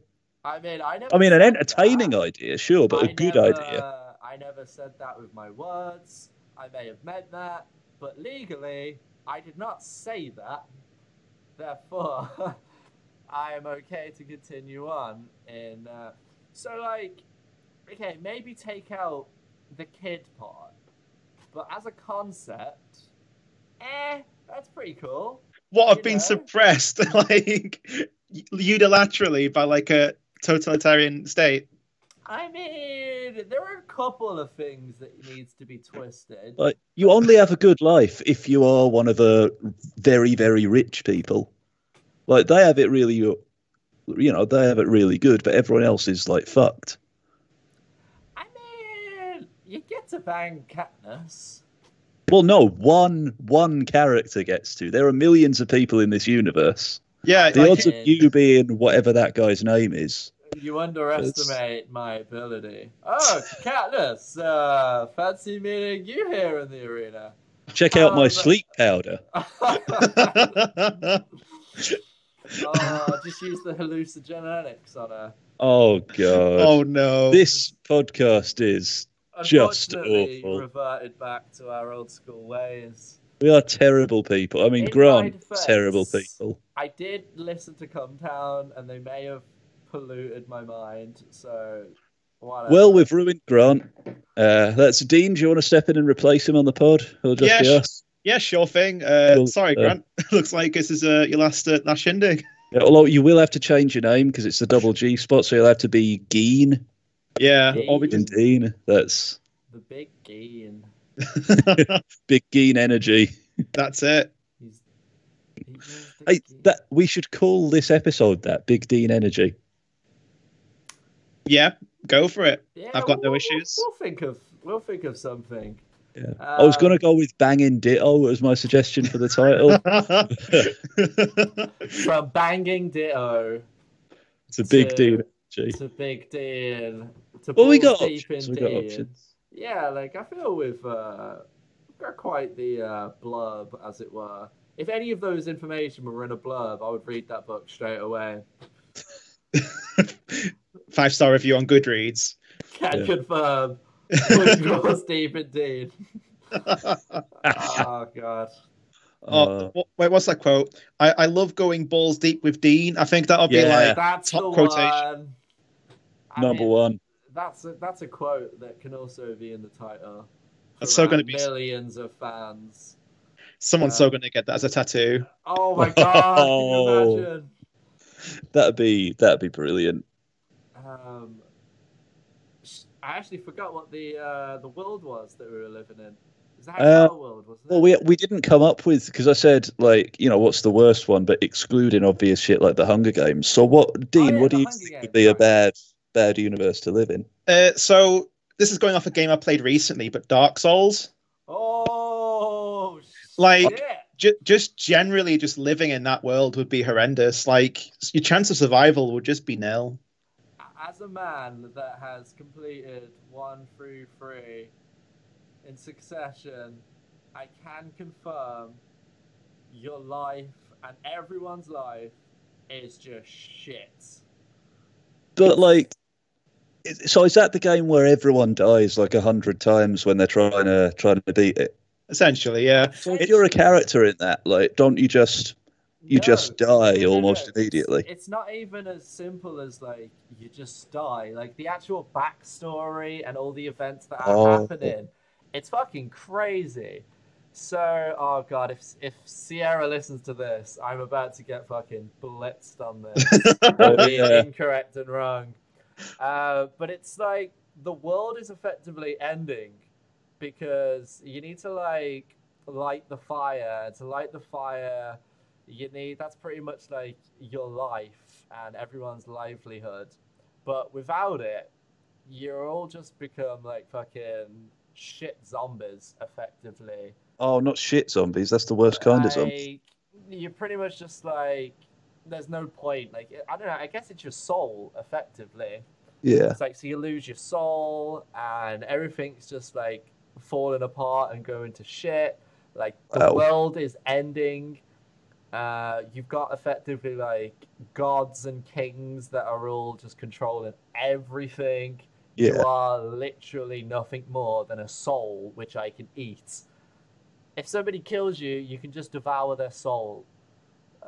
B: I mean, I never.
A: I mean, an
B: said
A: entertaining
B: that.
A: idea, sure, but a
B: I
A: good
B: never-
A: idea.
B: I never said that with my words. I may have meant that, but legally, I did not say that. Therefore, I am okay to continue on. In uh, so, like, okay, maybe take out the kid part, but as a concept, eh, that's pretty cool.
C: What
B: You
C: have been
B: know?
C: suppressed like unilaterally by like a totalitarian state?
B: I mean, there are a couple of things that needs to be twisted.
A: Like, you only have a good life if you are one of the very, very rich people. Like, they have it really, you know, they have it really good, but everyone else is like fucked.
B: I mean, you get to bang Katniss.
A: Well, no, one one character gets to. There are millions of people in this universe.
C: Yeah,
A: The
C: like,
A: odds of you being whatever that guy's name is.
B: You underestimate my ability. Oh, Katniss! Uh, fancy meeting you here in the arena.
A: Check out my
B: Um,
A: sleep powder.
B: oh, just use the hallucinogenics on her.
A: Oh god,
C: oh no.
A: this podcast is. Just
B: Unfortunately,
A: awful.
B: reverted back to our old school ways.
A: We are terrible people. I mean,
B: In my
A: Grant,
B: defense,
A: terrible people.
B: I did listen to Come Town, and they may have polluted my mind. So Whatever.
A: Well, we've ruined Grant. Uh, that's Dean. Do you want to step in and replace him on the pod? Or just be
C: Yeah,
A: us?
C: Yeah, sure thing. Uh,
A: Well,
C: sorry,
A: uh,
C: Grant. Looks like this is uh, your last uh, last shindig.
A: Yeah, although you will have to change your name because it's the double G spot, so you'll have to be Geen
C: Yeah,
B: Yeah.
C: or we
A: and
C: just
A: Dean. That's
B: the big gain.
A: big Geen energy.
C: that's it.
B: He's. he is the
A: Hey,
B: Geen.
A: that we should call this episode that Big Dean energy.
C: Yeah, go for it.
B: Yeah,
C: I've got no
B: we'll- we'll-
C: issues.
B: We'll think of we'll think of something. Uh,
A: Yeah. I was gonna go with banging ditto as my suggestion for the title.
B: from banging Ditto
A: It's a big
B: to-
A: Dean energy.
B: to Big Dean to
A: Well, we
B: balls
A: got
B: deep
A: options.
B: in
A: We got
B: Dean.
A: options.
B: Yeah, like I feel we've uh, we've got quite the uh, blurb, as it were. If any of those information were in a blurb, I would read that book straight away.
C: Five star review on Goodreads.
B: Can
A: Yeah.
B: confirm. Wood Gross Deep indeed. Oh god.
A: Uh,
C: oh, wh- wait, what's that quote? I, I love going balls deep with Dean. I think that'll be
A: Yeah.
C: like
B: That's
C: top
B: the
C: quotation.
B: one. I
A: number
B: mean,
A: one.
B: That's a, that's a quote that can also be in the title.
C: That's so
B: From
C: gonna be-
B: millions of fans. Uh,
C: someone's so gonna get that as a tattoo.
B: Oh my god!
C: Oh.
B: Can you imagine?
A: That'd be that'd be brilliant.
B: Um, sh- I actually forgot what the uh, the world was that we were living in. Is that
A: Uh,
B: our world? Wasn't
A: Well,
B: it?
A: we we didn't come up with because I said like you know what's the worst one, but excluding obvious shit like the Hunger Games. So what, Dean?
B: Oh, yeah,
A: what
B: The
A: do you
B: Hunger
A: think
B: Games,
A: would be a
B: right.
A: bad bad universe to live in?
C: Uh, so this is going off a game I played recently, but Dark Souls.
B: Oh,
C: Like-
B: shit.
C: Ju- just generally, just living in that world would be horrendous. Like your chance of survival would just be nil.
B: as a man that has completed one through three in succession, I can confirm your life and everyone's life is just shit.
A: But like, is- so is that the game where everyone dies like a hundred times when they're trying to trying to beat it?
C: Essentially, yeah.
A: So if you're a character in that, like, don't you just you just die almost
B: It's-
A: immediately?
B: It's, not even as simple as like you just die. Like the actual backstory and all the events that are
A: Oh.
B: happening, it's fucking crazy. So, oh god, if if Sierra listens to this, I'm about to get fucking blitzed on this. for
A: Oh,
B: being
A: yeah.
B: incorrect and wrong. Uh, but it's like the world is effectively ending because you need to like light the fire. To light the fire, you need that's pretty much like your life and everyone's livelihood. But without it, you're all just become like fucking shit zombies effectively.
A: Oh, not shit zombies. That's the worst kind of zombie.
B: Like, You're pretty much just like there's no point. Like I don't know. I guess it's your soul effectively.
A: Yeah.
B: It's like so you lose your soul and everything's just like falling apart and going to shit. Like the
A: Wow.
B: world is ending. Uh, you've got effectively like gods and kings that are all just controlling everything. You
A: Yeah.
B: are literally nothing more than a soul which I can eat. If somebody kills you, you can just devour their soul.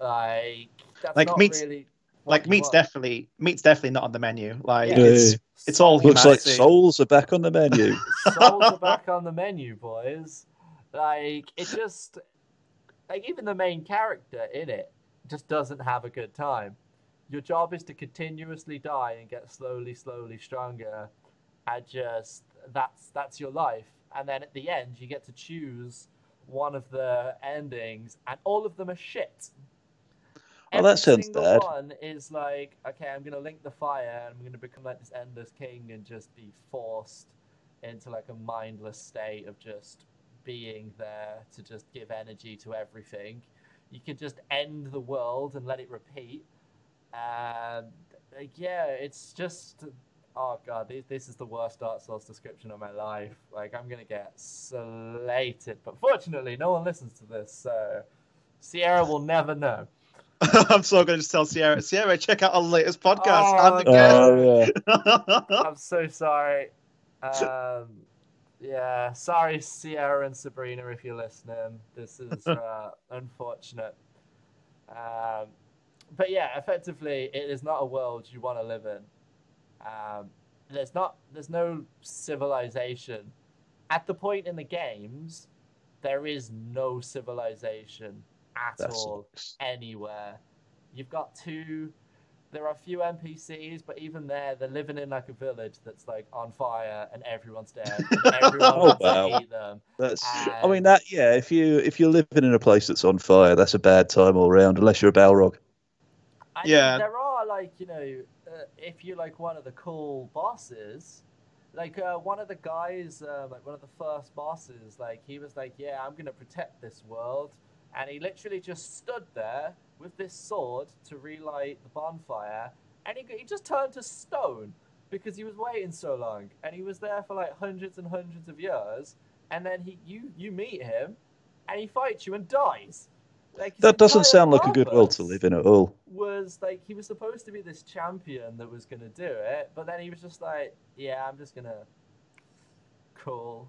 B: Like that's
C: Like
B: not
C: meat's-
B: really what
C: Like
B: you
C: meat's
B: want.
C: definitely meat's definitely not on the menu. Like
B: Yeah.
C: it's it's all
B: Soul-
A: Looks like
C: humanity.
A: souls are back on the menu.
B: souls are back on the menu, boys. Like it just like even the main character in it just doesn't have a good time. Your job is to continuously die and get slowly, slowly stronger. And just that's that's your life. And then at the end you get to choose one of the endings and all of them are shit.
A: Oh, that sounds
B: single
A: bad.
B: one is like, okay, I'm gonna link the fire and I'm gonna become like this endless king and just be forced into like a mindless state of just being there to just give energy to everything. You could just end the world and let it repeat. And like, yeah, it's just oh god, this, this is the worst Dark Souls description of my life. Like I'm gonna get slated, but fortunately, no one listens to this, so Sierra will never know.
C: I'm so gonna just tell Sierra, Sierra, check out our latest podcast.
B: Oh,
C: and the guest.
A: Oh yeah.
B: I'm so sorry. Um, yeah, sorry, Sierra and Sabrina, if you're listening. This is uh, unfortunate. Um, but yeah, effectively, it is not a world you want to live in. Um, there's not there's no civilization at the point in the games there is no civilization at
A: That
B: all
A: sucks.
B: anywhere you've got two there are a few npcs but even there they're living in like a village that's like on fire and everyone's dead and everyone
A: Oh,
B: wants
A: wow.
B: to eat them
A: That's. I
B: And-
A: mean that. Yeah. If you if you're living in a place that's on fire, that's a bad time all round. Unless you're a Balrog.
B: I
C: Yeah.
B: mean, there are like you know, uh, if you like one of the cool bosses, like uh, one of the guys, uh, like one of the first bosses, like he was like, yeah, I'm gonna protect this world, and he literally just stood there with this sword to relight the bonfire, and he g- he just turned to stone because he was waiting so long, and he was there for like hundreds and hundreds of years, and then he you you meet him, and he fights you and dies. Like his
A: That doesn't
B: entire
A: sound like a good world to
B: purpose-
A: live in at all.
B: was like he was supposed to be this champion that was gonna do it, but then he was just like, yeah, I'm just gonna cool.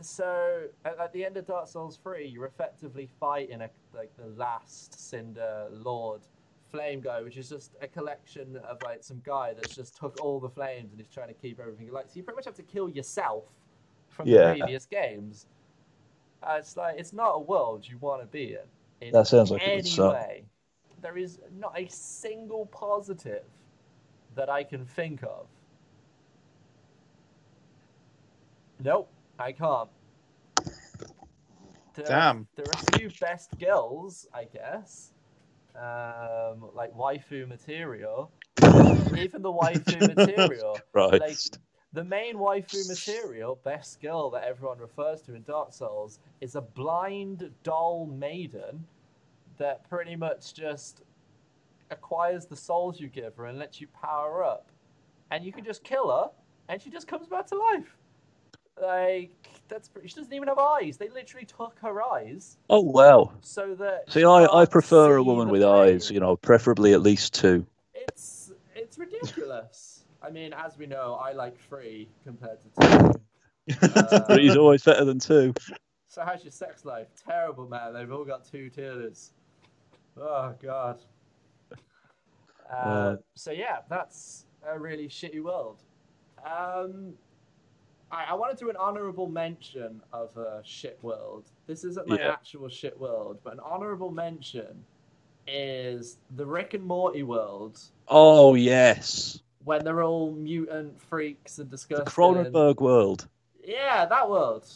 B: So at, at the end of Dark Souls three, you're effectively fighting a, like the last Cinder Lord Flame guy, which is just a collection of like some guy that's just took all the flames and is trying to keep everything alive. So you pretty much have to kill yourself from
A: Yeah.
B: the previous games. Uh, it's like it's not a world you want to be in. in
A: That sounds like it would suck.
B: anyway, there is not a single positive that I can think of. Nope, I can't. There,
C: Damn.
B: There are a few best girls, I guess. Um, like waifu material. Even the waifu material.
A: Right.
B: Like, the main waifu material, best girl that everyone refers to in Dark Souls, is a blind doll maiden that pretty much just acquires the souls you give her and lets you power up. And you can just kill her, and she just comes back to life. Like, that's pretty, she doesn't even have eyes. They literally took her eyes
A: oh wow.
B: so that.
A: See,
B: she
A: I, I
B: can't
A: prefer a
B: see
A: woman
B: the
A: with
B: flame.
A: eyes. You know, preferably at least two.
B: It's it's ridiculous. I mean, as we know, I like three compared to two. Uh,
A: Three's always better than two.
B: so how's your sex life? Terrible, man. They've all got two tailors. Oh God. Uh,
A: Uh,
B: so yeah, that's a really shitty world. Um, I, I want to do an honourable mention of a shit world. This isn't my
A: Yeah.
B: actual shit world, but an honourable mention is the Rick and Morty world.
A: Oh yes,
B: when they're all mutant freaks and
A: the
B: disgusting.
A: Cronenberg world.
B: Yeah, that world.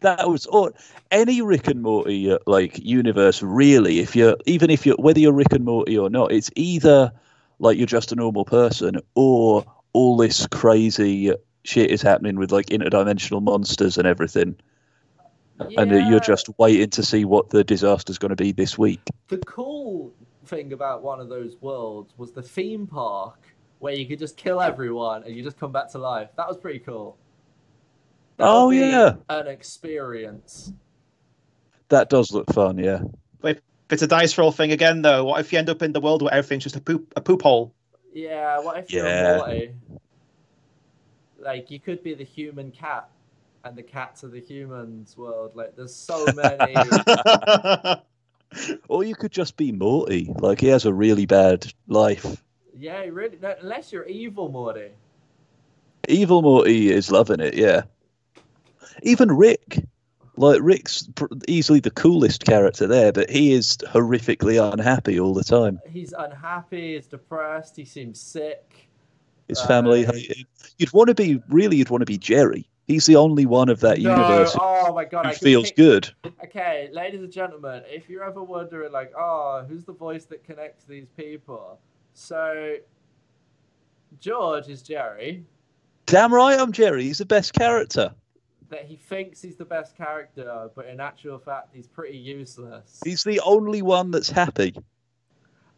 A: That was or any Rick and Morty uh, like universe really. If you're even if you're whether you're Rick and Morty or not, it's either like you're just a normal person or all this crazy shit is happening with like interdimensional monsters and everything, and uh,
B: Yeah,
A: you're just waiting to see what the disaster's going to be this week.
B: the cool thing about one of those worlds was the theme park where you could just kill everyone and you just come back to life. That was pretty cool. That
A: Oh,
B: would be
A: yeah.
B: an experience.
A: That does look fun, yeah.
C: If it's a dice roll thing again, though, what if you end up in the world where everything's just a poop a poop hole?
B: Yeah, what if
A: Yeah.
B: you're Morty? Like you could be the human cat, and the cats are the humans world. Like there's so many.
A: Or you could just be Morty. Like he has a really bad life.
B: yeah, really. No, unless you're evil, Morty.
A: Evil Morty is loving it, yeah. Even Rick. Like Rick's pr- easily the coolest character there, but he is horrifically unhappy all the time.
B: he's unhappy, he's depressed, he seems sick.
A: His
B: Right.
A: family hate him. You'd want to be really you'd want to be Jerry. He's the only one of that universe
B: No, oh my god,
A: who
B: I can
A: feels
B: pic-
A: good.
B: Okay, ladies and gentlemen, if you're ever wondering, like, oh, who's the voice that connects these people? So, George is Jerry,
A: Damn right I'm Jerry, he's the best character.
B: that he thinks he's the best character, but in actual fact, he's pretty useless.
A: He's the only one that's happy.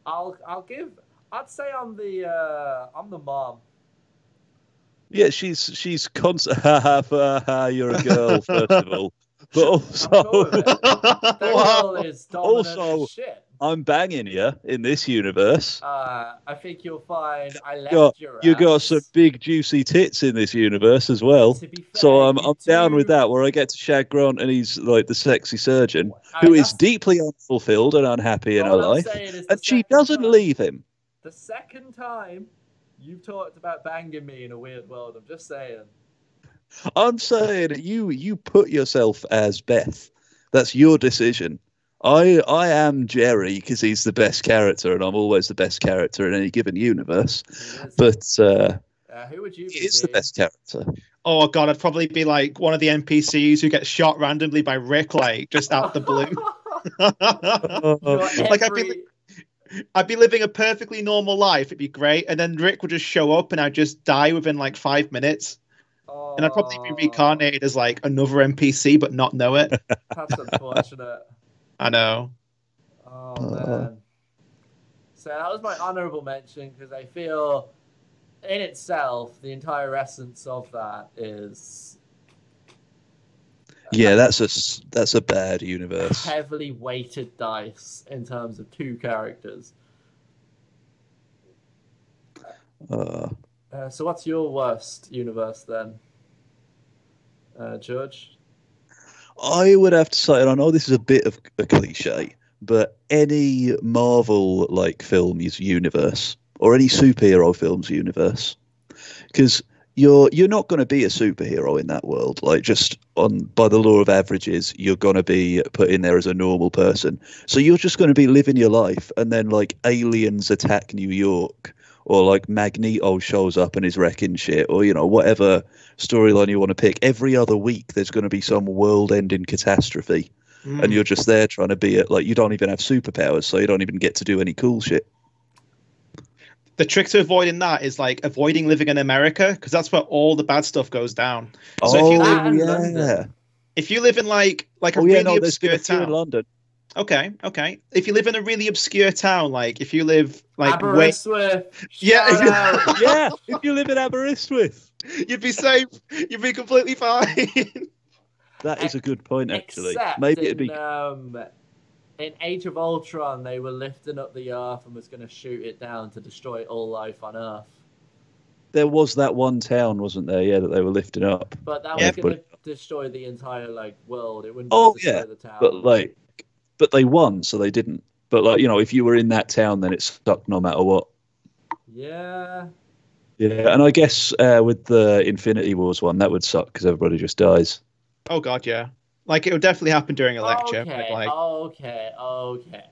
B: I'll, I'll give, I'd say I'm the, uh, I'm the mom.
A: Yeah, she's she's constant. You're a girl, first of all, but
B: I'm cool with
A: also
B: it. The girl is dominant
A: Also-
B: as shit.
A: I'm banging you in this universe.
B: Uh, I think you'll find I left
A: got-
B: your
A: You got
B: ass.
A: some big juicy tits in this universe as well.
B: To be fair,
A: So I'm
B: you
A: I'm down
B: do-
A: with that. Where I get to shag Grant, and he's like the sexy surgeon
B: I-
A: who is
B: that's-
A: deeply unfulfilled and unhappy in
B: all
A: her
B: I'm
A: life,
B: saying is the
A: and she
B: second
A: doesn't
B: time-
A: leave him.
B: The second time You've talked about banging me in a weird world. I'm just saying.
A: I'm saying you you put yourself as Beth. That's your decision. I I am Jerry because he's the best character, and I'm always the best character in any given universe.
B: Who is-
A: But uh,
B: uh, who would you be?
A: he is the
B: Dave?
A: best character.
C: Oh god, I'd probably be like one of the NPCs who gets shot randomly by Rick, like just out the blue.
A: Uh, Oh.
B: You're
C: Like, I'd be
B: every-
C: like- I'd be living a perfectly normal life. It'd be great, and then Rick would just show up, and I'd just die within like five minutes, and I'd probably
B: Aw,
C: be reincarnated as like another NPC, but not know it.
B: That's unfortunate.
C: I know.
B: Oh
A: Uh.
B: man. So that was my honourable mention because I feel, in itself, the entire essence of that is
A: yeah, that's a s- that's a bad universe.
B: heavily weighted dice in terms of two characters.
A: Uh,
B: Uh, so what's your worst universe then, uh, George?
A: I would have to say, and I know this is a bit of a cliche, but any Marvel like film is universe, or any superhero film's universe, because you're you're not going to be a superhero in that world. Like just on by the law of averages, you're going to be put in there as a normal person. So you're just going to be living your life, and then like aliens attack New York. Or like Magneto shows up and is wrecking shit, or you know whatever storyline you want to pick. Every other week, there's going to be some world-ending catastrophe,
B: Hmm.
C: Hmm.
A: and you're just there trying to be it. Like you don't even have superpowers, so you don't even get to do any cool shit.
C: the trick to avoiding that is like avoiding living in America because that's where all the bad stuff goes down. So if you
A: oh
B: live in
A: yeah,
B: London-
C: If you live in like like a
A: oh
C: really
A: yeah. No, there's been
C: obscure
A: a few in
C: town,
A: London.
C: okay, okay. If you live in a really obscure town, like if you live like way,
B: Aberystwyth.
C: Yeah,
B: shout out.
A: yeah, if you live in Aberystwyth,
C: you'd be safe. You'd be completely fine.
A: that is a good point actually.
B: Except
A: Maybe it'd
B: in,
A: be
B: um, in Age of Ultron, they were lifting up the Earth and was going to shoot it down to destroy all life on Earth.
A: there was that one town, wasn't there? Yeah, that they were lifting up,
B: But that
A: Yeah,
B: was going to destroy the entire like world. It wouldn't
A: Oh,
B: just destroy
A: yeah,
B: the town.
A: but like, but they won, so they didn't. But like, you know, if you were in that town, then it stuck no matter what.
B: yeah,
A: Yeah, and I guess uh, with the Infinity Wars one, that would suck because everybody just dies.
C: oh god, yeah. Like it would definitely happen during a lecture.
B: okay,
C: Like,
B: okay, okay.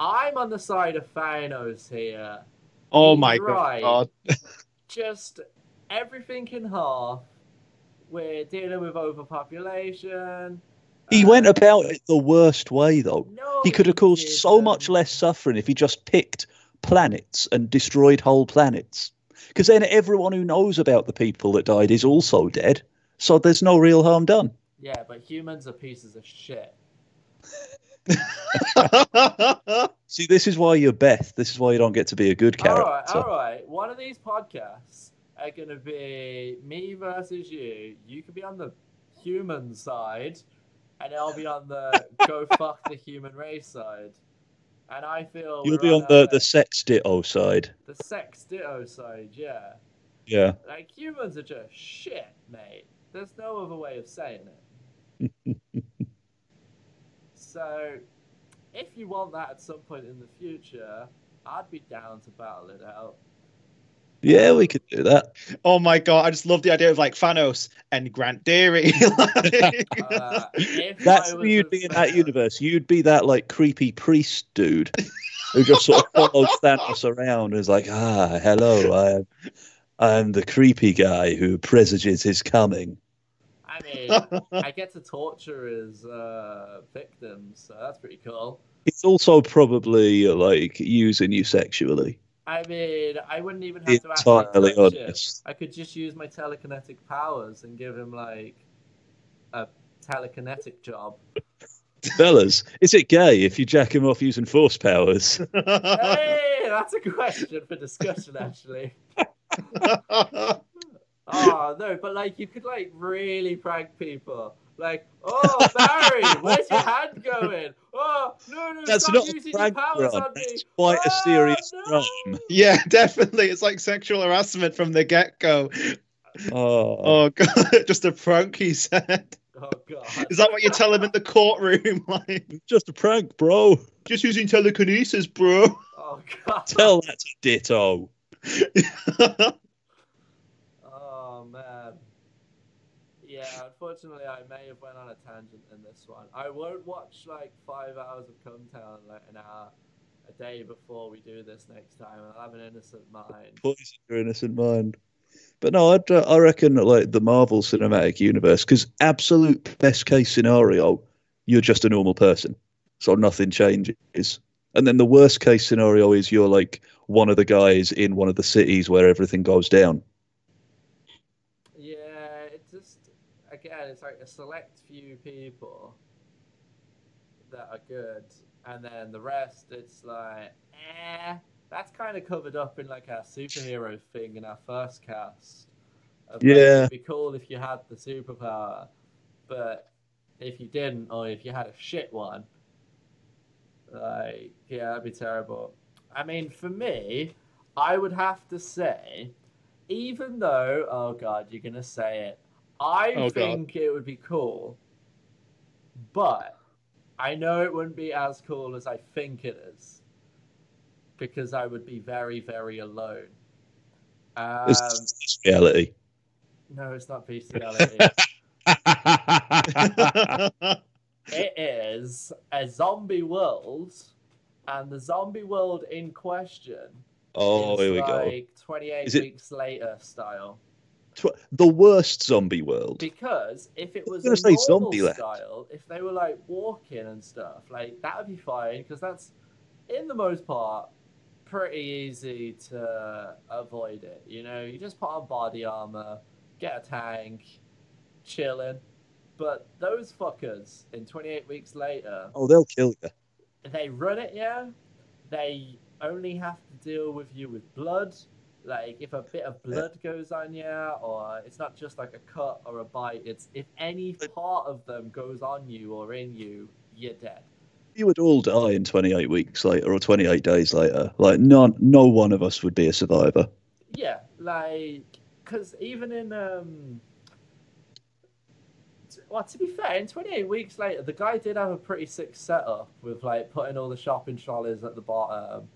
B: I'm on the side of Thanos here.
C: oh my
B: Right.
C: god.
B: just everything in half. We're dealing with overpopulation.
A: He
B: Uh,
A: went about it the worst way, though.
B: No,
A: He could have caused so
B: didn't.
A: much less suffering if he just picked planets and destroyed whole planets. Because then everyone who knows about the people that died is also dead, so there's no real harm done.
B: Yeah, but humans are pieces of shit.
A: See, this is why you're Beth. This is why you don't get to be a good character.
B: All right, all right. One of these podcasts are going to be me versus you. You could be on the human side, and I'll be on the go fuck the human race side. And I feel
A: You'll
B: we're
A: be on
B: our
A: the, the
B: best-
A: sex ditto side.
B: the sex ditto side, yeah.
A: Yeah.
B: Like humans are just shit, mate. There's no other way of saying it. so, if you want that at some point in the future, I'd be down to battle it out.
A: Yeah, we could do that.
C: oh my god, I just love the idea of like Thanos and Grant Deary. Like-
B: Uh, if
A: That's
B: I
A: who
B: was
A: you'd
B: a
A: be in
B: fan-
A: that universe. You'd be that like creepy priest dude who just sort of follows Thanos around and is like, ah, hello, I am, I am the creepy guy who presages his coming.
B: I mean, I get to torture his uh, victims, so that's pretty cool.
A: It's also probably like using you sexually.
B: I mean, I wouldn't even have to actually
A: Entirely
B: touch it.
A: honest.
B: I could just use my telekinetic powers and give him like a telekinetic job.
A: Fellas, is it gay if you jack him off using force powers?
B: hey, that's a question for discussion, actually. Oh no, but like you could like really prank people. Like, oh Barry, where's your hand going? Oh no, no,
A: That's
B: stop
A: not
B: using
A: a
B: your
A: prank
B: powers
A: crime.
B: on me.
A: That's quite a
B: Oh,
A: serious
B: no.
A: crime.
C: yeah, definitely. It's like sexual harassment from the get go.
A: Oh,
C: Oh god, just a prank he said.
B: Oh god.
C: Is that what you tell him in the courtroom? Like
A: just a prank, bro.
C: just using telekinesis, bro.
B: Oh god.
A: Tell that to Ditto.
B: Oh man. Yeah, unfortunately, I may have went on a tangent in this one. I won't watch like five hours of Cumtown like an hour a day before we do this next time, and I'll have an innocent mind.
A: poison your innocent mind. But no, I'd, uh, I reckon that, like the Marvel Cinematic Universe, because absolute best case scenario, you're just a normal person, so nothing changes. And then the worst case scenario is you're like one of the guys in one of the cities where everything goes down.
B: Yeah, it just again, it's like a select few people that are good, and then the rest, it's like, eh. That's kind of covered up in like our superhero thing in our first cast. Of, like,
A: Yeah.
B: It'd be cool if you had the superpower, but if you didn't, or if you had a shit one, like yeah, that'd be terrible. I mean, for me, I would have to say, even though, oh god, you're gonna say it. I
C: Oh, God.
B: think it would be cool, but I know it wouldn't be as cool as I think it is because I would be very, very alone. Um,
A: It's it's reality.
B: no, it's not bestiality. it is a zombie world, and the zombie world in question
A: Oh,
B: is
A: here we go.
B: like 28
A: Is it-
B: weeks later style.
A: Tw- the worst zombie world.
B: Because if it
A: I
B: was
A: was
B: a
A: gonna say
B: normal
A: Zombieland.
B: style, if they were like walking and stuff, like that would be fine because that's, in the most part, pretty easy to avoid it. You know, you just put on body armor, get a tank, chilling. But those fuckers in 28 weeks later,
A: Oh, they'll kill you.
B: they run it, yeah. They only have to deal with you with blood. Like if a bit of blood goes on you, or it's not just like a cut or a bite. It's if any part of them goes on you or in you, you're dead.
A: You would all die in 28 weeks later or 28 days later. Like, none, no one of us would be a survivor.
B: Yeah, like because even in um, t- well, to be fair, in 28 weeks later, the guy did have a pretty sick setup with like putting all the shopping trolleys at the bottom,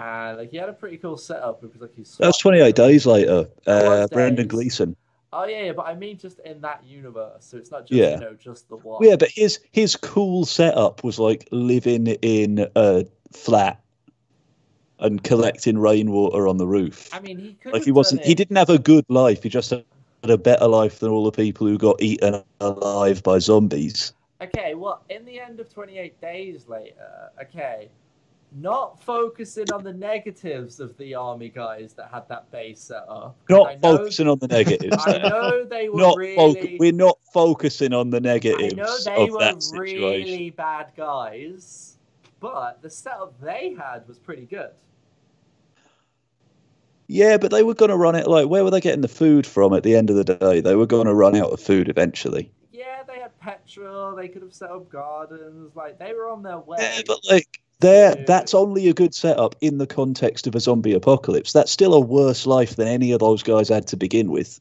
B: and like he had a pretty cool setup because like he's
A: That's 28 days later.
B: was
A: Uh, Brandon
B: days.
A: Gleeson.
B: Oh yeah, yeah, but I mean just in that universe, so it's not just
A: Yeah.
B: you know just the one.
A: Yeah, but his his cool setup was like living in a flat and collecting rainwater on the roof.
B: I mean he could
A: Like
B: have
A: he wasn't.
B: done
A: He
B: it-
A: didn't have a good life. He just had a better life than all the people who got eaten alive by zombies.
B: Okay, well in the end of twenty eight days later, okay, not focusing on the negatives of the army guys that had that base set up. 'cause I
A: Not
B: know-
A: focusing on the negatives.
B: I
A: now.
B: know they were
A: Not
B: really.
A: foc- we're not focusing on the
B: I
A: negatives
B: know they
A: of
B: were
A: that situation.
B: really bad guys, but the setup they had was pretty good.
A: Yeah, but they were going to run it. Like, where were they getting the food from at the end of the day? They were going to run out of food eventually.
B: Yeah, they had petrol. They could have set up gardens. Like they were on their way.
A: Yeah, but like, there,
B: Yeah.
A: that's only a good setup in the context of a zombie apocalypse. That's still a worse life than any of those guys had to begin with.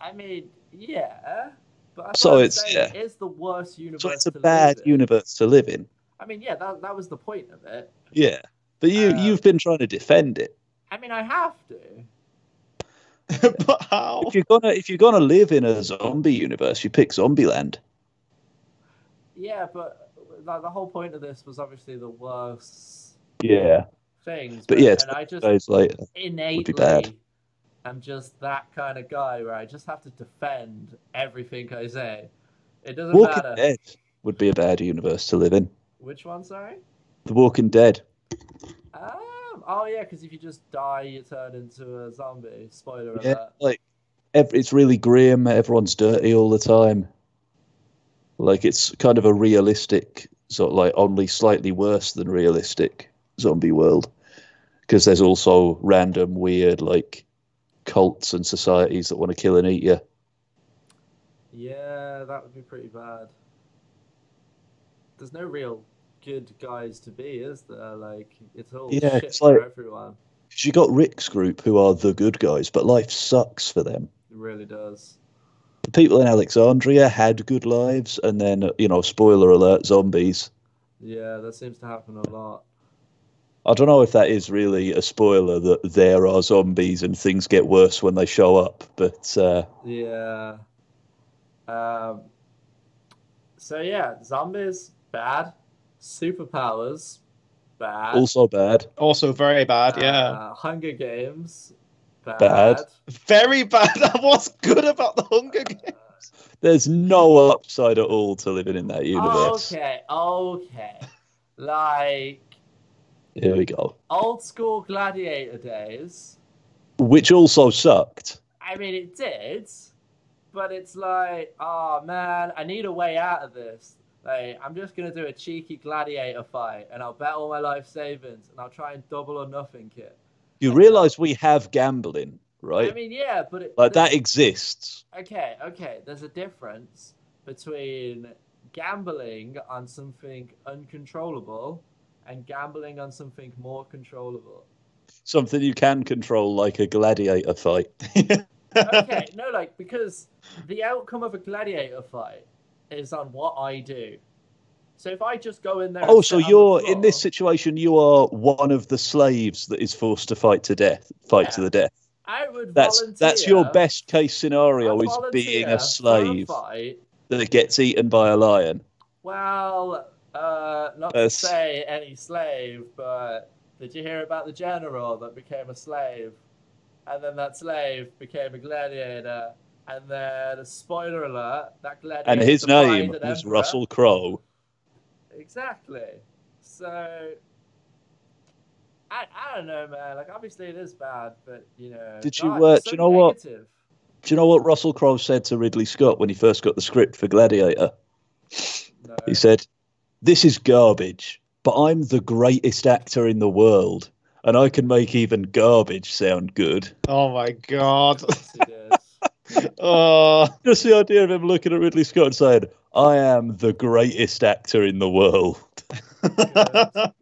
B: I mean, yeah, but that's
A: So
B: what I'm
A: it's-
B: saying,
A: yeah.
B: it is the worst universe.
A: So it's a
B: to live
A: bad
B: in.
A: universe to live in.
B: I mean, yeah, that that was the point of it.
A: Yeah, but you,
B: Uh,
A: you've been trying to defend it.
B: I mean, I have to.
C: but how?
A: If you're gonna, if you're gonna live in a zombie universe, you pick Zombieland.
B: Yeah, but like the whole point of this was obviously the worst
A: Yeah,
B: things.
A: But yeah, it's
B: and I just
A: days later.
B: innately,
A: bad.
B: I'm just that kind of guy where I just have to defend everything I say. It doesn't
A: Walking
B: matter
A: Dead would be a bad universe to live in.
B: which one. Sorry.
A: The Walking Dead.
B: Um, oh yeah, because if you just die, you turn into a zombie. Spoiler
A: Yeah,
B: alert.
A: like ev- it's really grim. Everyone's dirty all the time. Like it's kind of a realistic, sort of like only slightly worse than realistic zombie world, because there's also random weird like cults and societies that want to kill and eat you.
B: Yeah, that would be pretty bad. There's no real good guys to be, is there? Like it's all
A: Yeah,
B: shit
A: it's
B: for
A: like-
B: everyone.
A: 'Cause you got Rick's group who are the good guys, but life sucks for them.
B: It really does.
A: The people in Alexandria had good lives, and then you know, spoiler alert, zombies.
B: Yeah, that seems to happen a lot.
A: I don't know if that is really a spoiler that there are zombies and things get worse when they show up, but uh,
B: Yeah. Um, so yeah, zombies bad, superpowers bad.
A: also bad.
C: Also very bad.
B: Uh,
C: Yeah.
B: Hunger Games bad.
A: Bad.
C: Very bad. That was good about the Hunger Games.
A: There's no upside at all to living in that universe.
B: Oh, Okay, okay. like
A: Here we go.
B: old school gladiator days.
A: Which also sucked.
B: I mean, it did, but it's like, oh man, I need a way out of this. Like, I'm just gonna do a cheeky gladiator fight, and I'll bet all my life savings, and I'll try and double or nothing it.
A: You realise we have gambling, right?
B: I mean, yeah, but it,
A: like
B: there's-
A: that exists.
B: Okay, okay. There's a difference between gambling on something uncontrollable and gambling on something more controllable.
A: Something you can control, like a gladiator fight.
B: okay, no, like because the outcome of a gladiator fight is on what I do. So if I just go in there, and
A: Oh,
B: sit
A: so
B: on the
A: you're in this
B: floor-
A: situation. You are one of the slaves that is forced to fight to death, fight to
B: Yeah.
A: the death.
B: I would
A: That's
B: volunteer.
A: that's your best case
B: I
A: scenario is being
B: volunteer
A: a
B: for
A: slave
B: fight.
A: that gets eaten by a lion.
B: Well, uh, not
A: That's-
B: to say any slave, but did you hear about the general that became a slave? And then that slave became a gladiator. And then, spoiler alert, that gladiator.
A: And his
B: defied
A: name
B: an
A: was
B: emperor.
A: Russell Crowe.
B: Exactly. So, I, I don't know, man. Like, obviously it is bad, but, you know.
A: Did you,
B: God,
A: uh,
B: it's
A: do
B: so
A: you know what?
B: negative.
A: Do you know what Russell Crowe said to Ridley Scott when he first got the script for Gladiator?
B: No.
A: He said, "This is garbage, but I'm the greatest actor in the world, and I can make even garbage sound good."
C: Oh my god.
B: Yes, it is.
C: Oh.
A: Just the idea of him looking at Ridley Scott and saying, I am the greatest actor in the world.
B: God.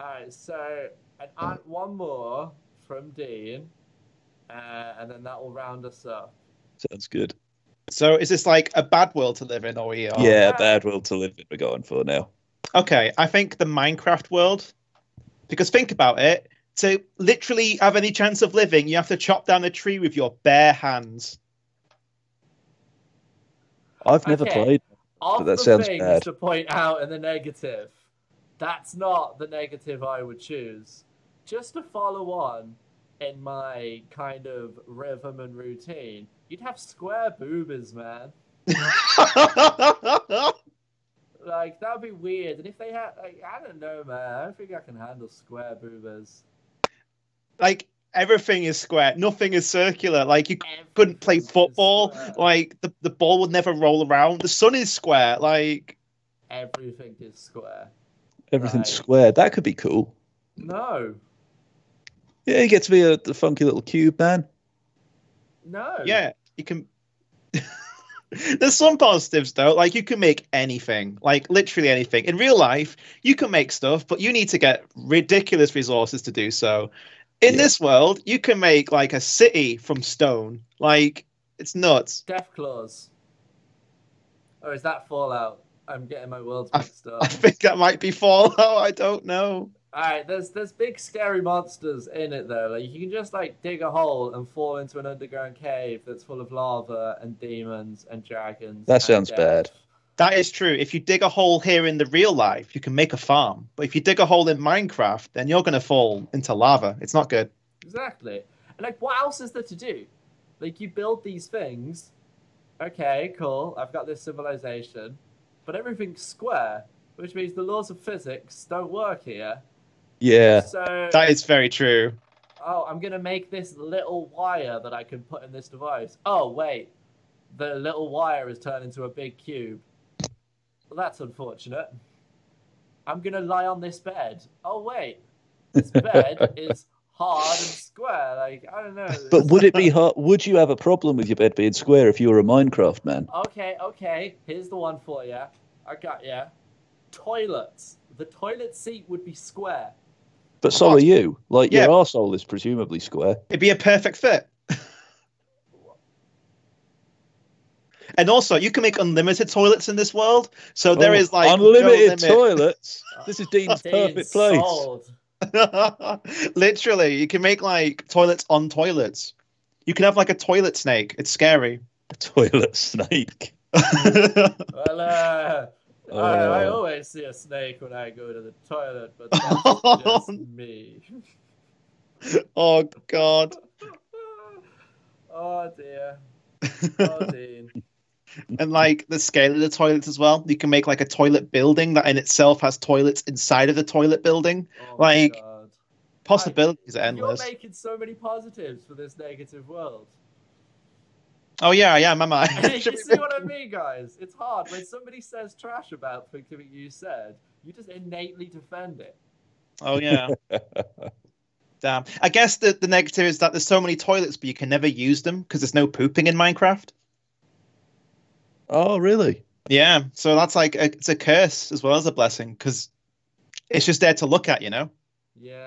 B: Alright, so an, an, one more from Dean, uh, and then that will round us up.
A: Sounds good.
C: So is this like a bad world to live in, or we
A: yeah,
C: are?
B: Oh, yeah.
A: bad world to live in we're going for now.
C: Okay, I think the Minecraft world. Because think about it. To literally have any chance of living, you have to chop down a tree with your bare hands.
A: I've never
B: Okay.
A: played.
B: Of
A: But that
B: the
A: sounds
B: things
A: bad.
B: to point out in the negative, that's not the negative I would choose. Just to follow on in my kind of rhythm and routine, you'd have square boobies, man. Like that would be weird. And if they had, like, I don't know, man. I don't think I can handle square boobies.
C: like everything is square, nothing is circular. Like you couldn't play
B: Everything is
C: football.
B: square.
C: Like the, the ball would never roll around. The sun is square. Like
B: everything is square.
A: Everything's
B: Right.
A: square. That could be cool.
B: No,
A: Yeah, you get to be a, the funky little cube man.
B: no.
C: yeah, you can. There's some positives though. Like you can make anything, like literally anything. In real life, you can make stuff, but you need to get ridiculous resources to do so. In
A: Yeah.
C: this world, you can make like a city from stone. Like it's nuts.
B: Death claws. Or is that Fallout? I'm getting my worlds
C: I-
B: mixed up.
C: I think that might be Fallout. I don't know.
B: All right, there's there's big scary monsters in it though. Like you can just like dig a hole and fall into an underground cave that's full of lava and demons and dragons.
A: That
B: and
A: sounds
B: death.
A: bad.
C: That is true. If you dig a hole here in the real life, you can make a farm. But if you dig a hole in Minecraft, then you're going to fall into lava. It's not good.
B: Exactly. And like, what else is there to do? Like, you build these things. Okay, cool. I've got this civilization, but everything's square, which means the laws of physics don't work here.
A: Yeah.
B: So,
C: That is very true.
B: oh, I'm gonna make this little wire that I can put in this device. Oh wait, the little wire is turned into a big cube. Well, that's unfortunate. I'm gonna lie on this bed. Oh wait, this bed is hard and square. Like I don't know.
A: But would it be hard? Would you have a problem with your bed being square if you were a Minecraft man?
B: Okay, okay. Here's the one for you. I got you. Toilets. The toilet seat would be square.
A: But so are you. Like
C: Yeah.
A: your arsehole is presumably square.
C: It'd be a perfect fit. And also, you can make unlimited toilets in this world. So there
A: Oh,
C: is like no
A: unlimited
C: limit.
A: toilets. This is Dean's perfect place.
B: Sold.
C: Literally, you can make like toilets on toilets. You can have like a toilet snake. It's scary.
A: Toilet snake.
B: Well, uh,
A: Oh.
B: I, I
C: Uh.
B: always see a snake when I go to the toilet, but that's just me.
C: oh god.
B: oh dear. Oh, Dean.
C: And like the scale of the toilets as well. You can make like a toilet building that in itself has toilets inside of the toilet building.
B: Oh, my
C: Like,
B: God.
C: Possibilities are
B: You're
C: endless.
B: making so many positives for this negative world.
C: Oh yeah, yeah, am I?
B: you
C: Should we
B: see what I mean, guys? It's hard. When somebody says trash about something you said, you just innately defend it.
C: Oh yeah. Damn. I guess the, the negative is that there's so many toilets, but you can never use them because there's no pooping in Minecraft.
A: Oh, really?
C: Yeah. So that's like a, it's a curse as well as a blessing because it's just there to look at, you know.
B: Yeah.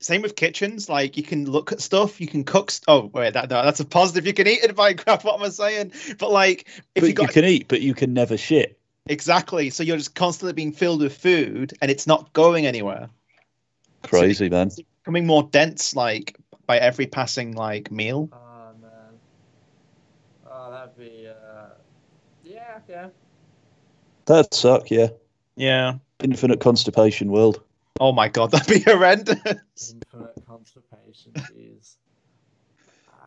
C: Same with kitchens. Like you can look at stuff, you can cook. St- oh wait, that, no, that's a positive. You can eat in Minecraft. What am I saying? But like, if
A: but
C: you got
A: you can eat, but you can never shit.
C: exactly, so you're just constantly being filled with food, and it's not going anywhere.
A: Crazy man.
C: becoming more dense, like by every passing like meal.
B: Oh man. Oh, that'd be. Uh... Yeah. Yeah.
A: That'd suck. Yeah.
C: Yeah.
A: Infinite constipation world.
C: Oh my god, that'd be horrendous.
B: Infinite constipation. Jeez.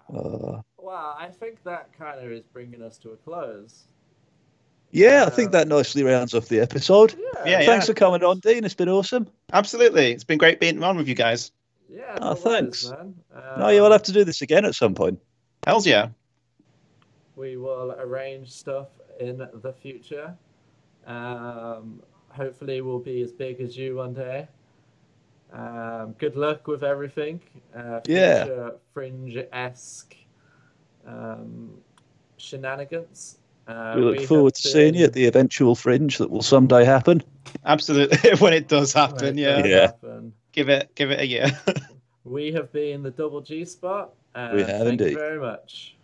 B: Wow.
A: Uh,
B: Wow. I think that kind of is bringing us to a close.
A: yeah, I
B: Yeah.
A: think that nicely rounds off the episode.
B: Yeah.
C: Yeah, yeah.
A: Thanks for coming on, Dean. It's been awesome.
C: Absolutely, it's been great being on with you guys.
B: Yeah, it's
A: Oh,
B: always,
A: thanks.
B: man. Um,
A: no, yeah, we'll have to do this again at some point.
C: Hell's yeah.
B: We will arrange stuff in the future. Um, hopefully, we'll be as big as you one day. Um, good luck with everything. Uh,
A: Yeah.
B: Fringe esque um, shenanigans. Uh,
A: we look
B: have
A: forward to seeing you
B: been-
A: at the eventual fringe that will someday happen.
C: Absolutely. when it does
B: When
C: happen,
B: it
C: yeah.
B: does
A: Yeah.
B: happen.
C: Give it give it a year.
B: We have been the double G spot. And
A: have
B: thank
A: indeed.
B: you very much.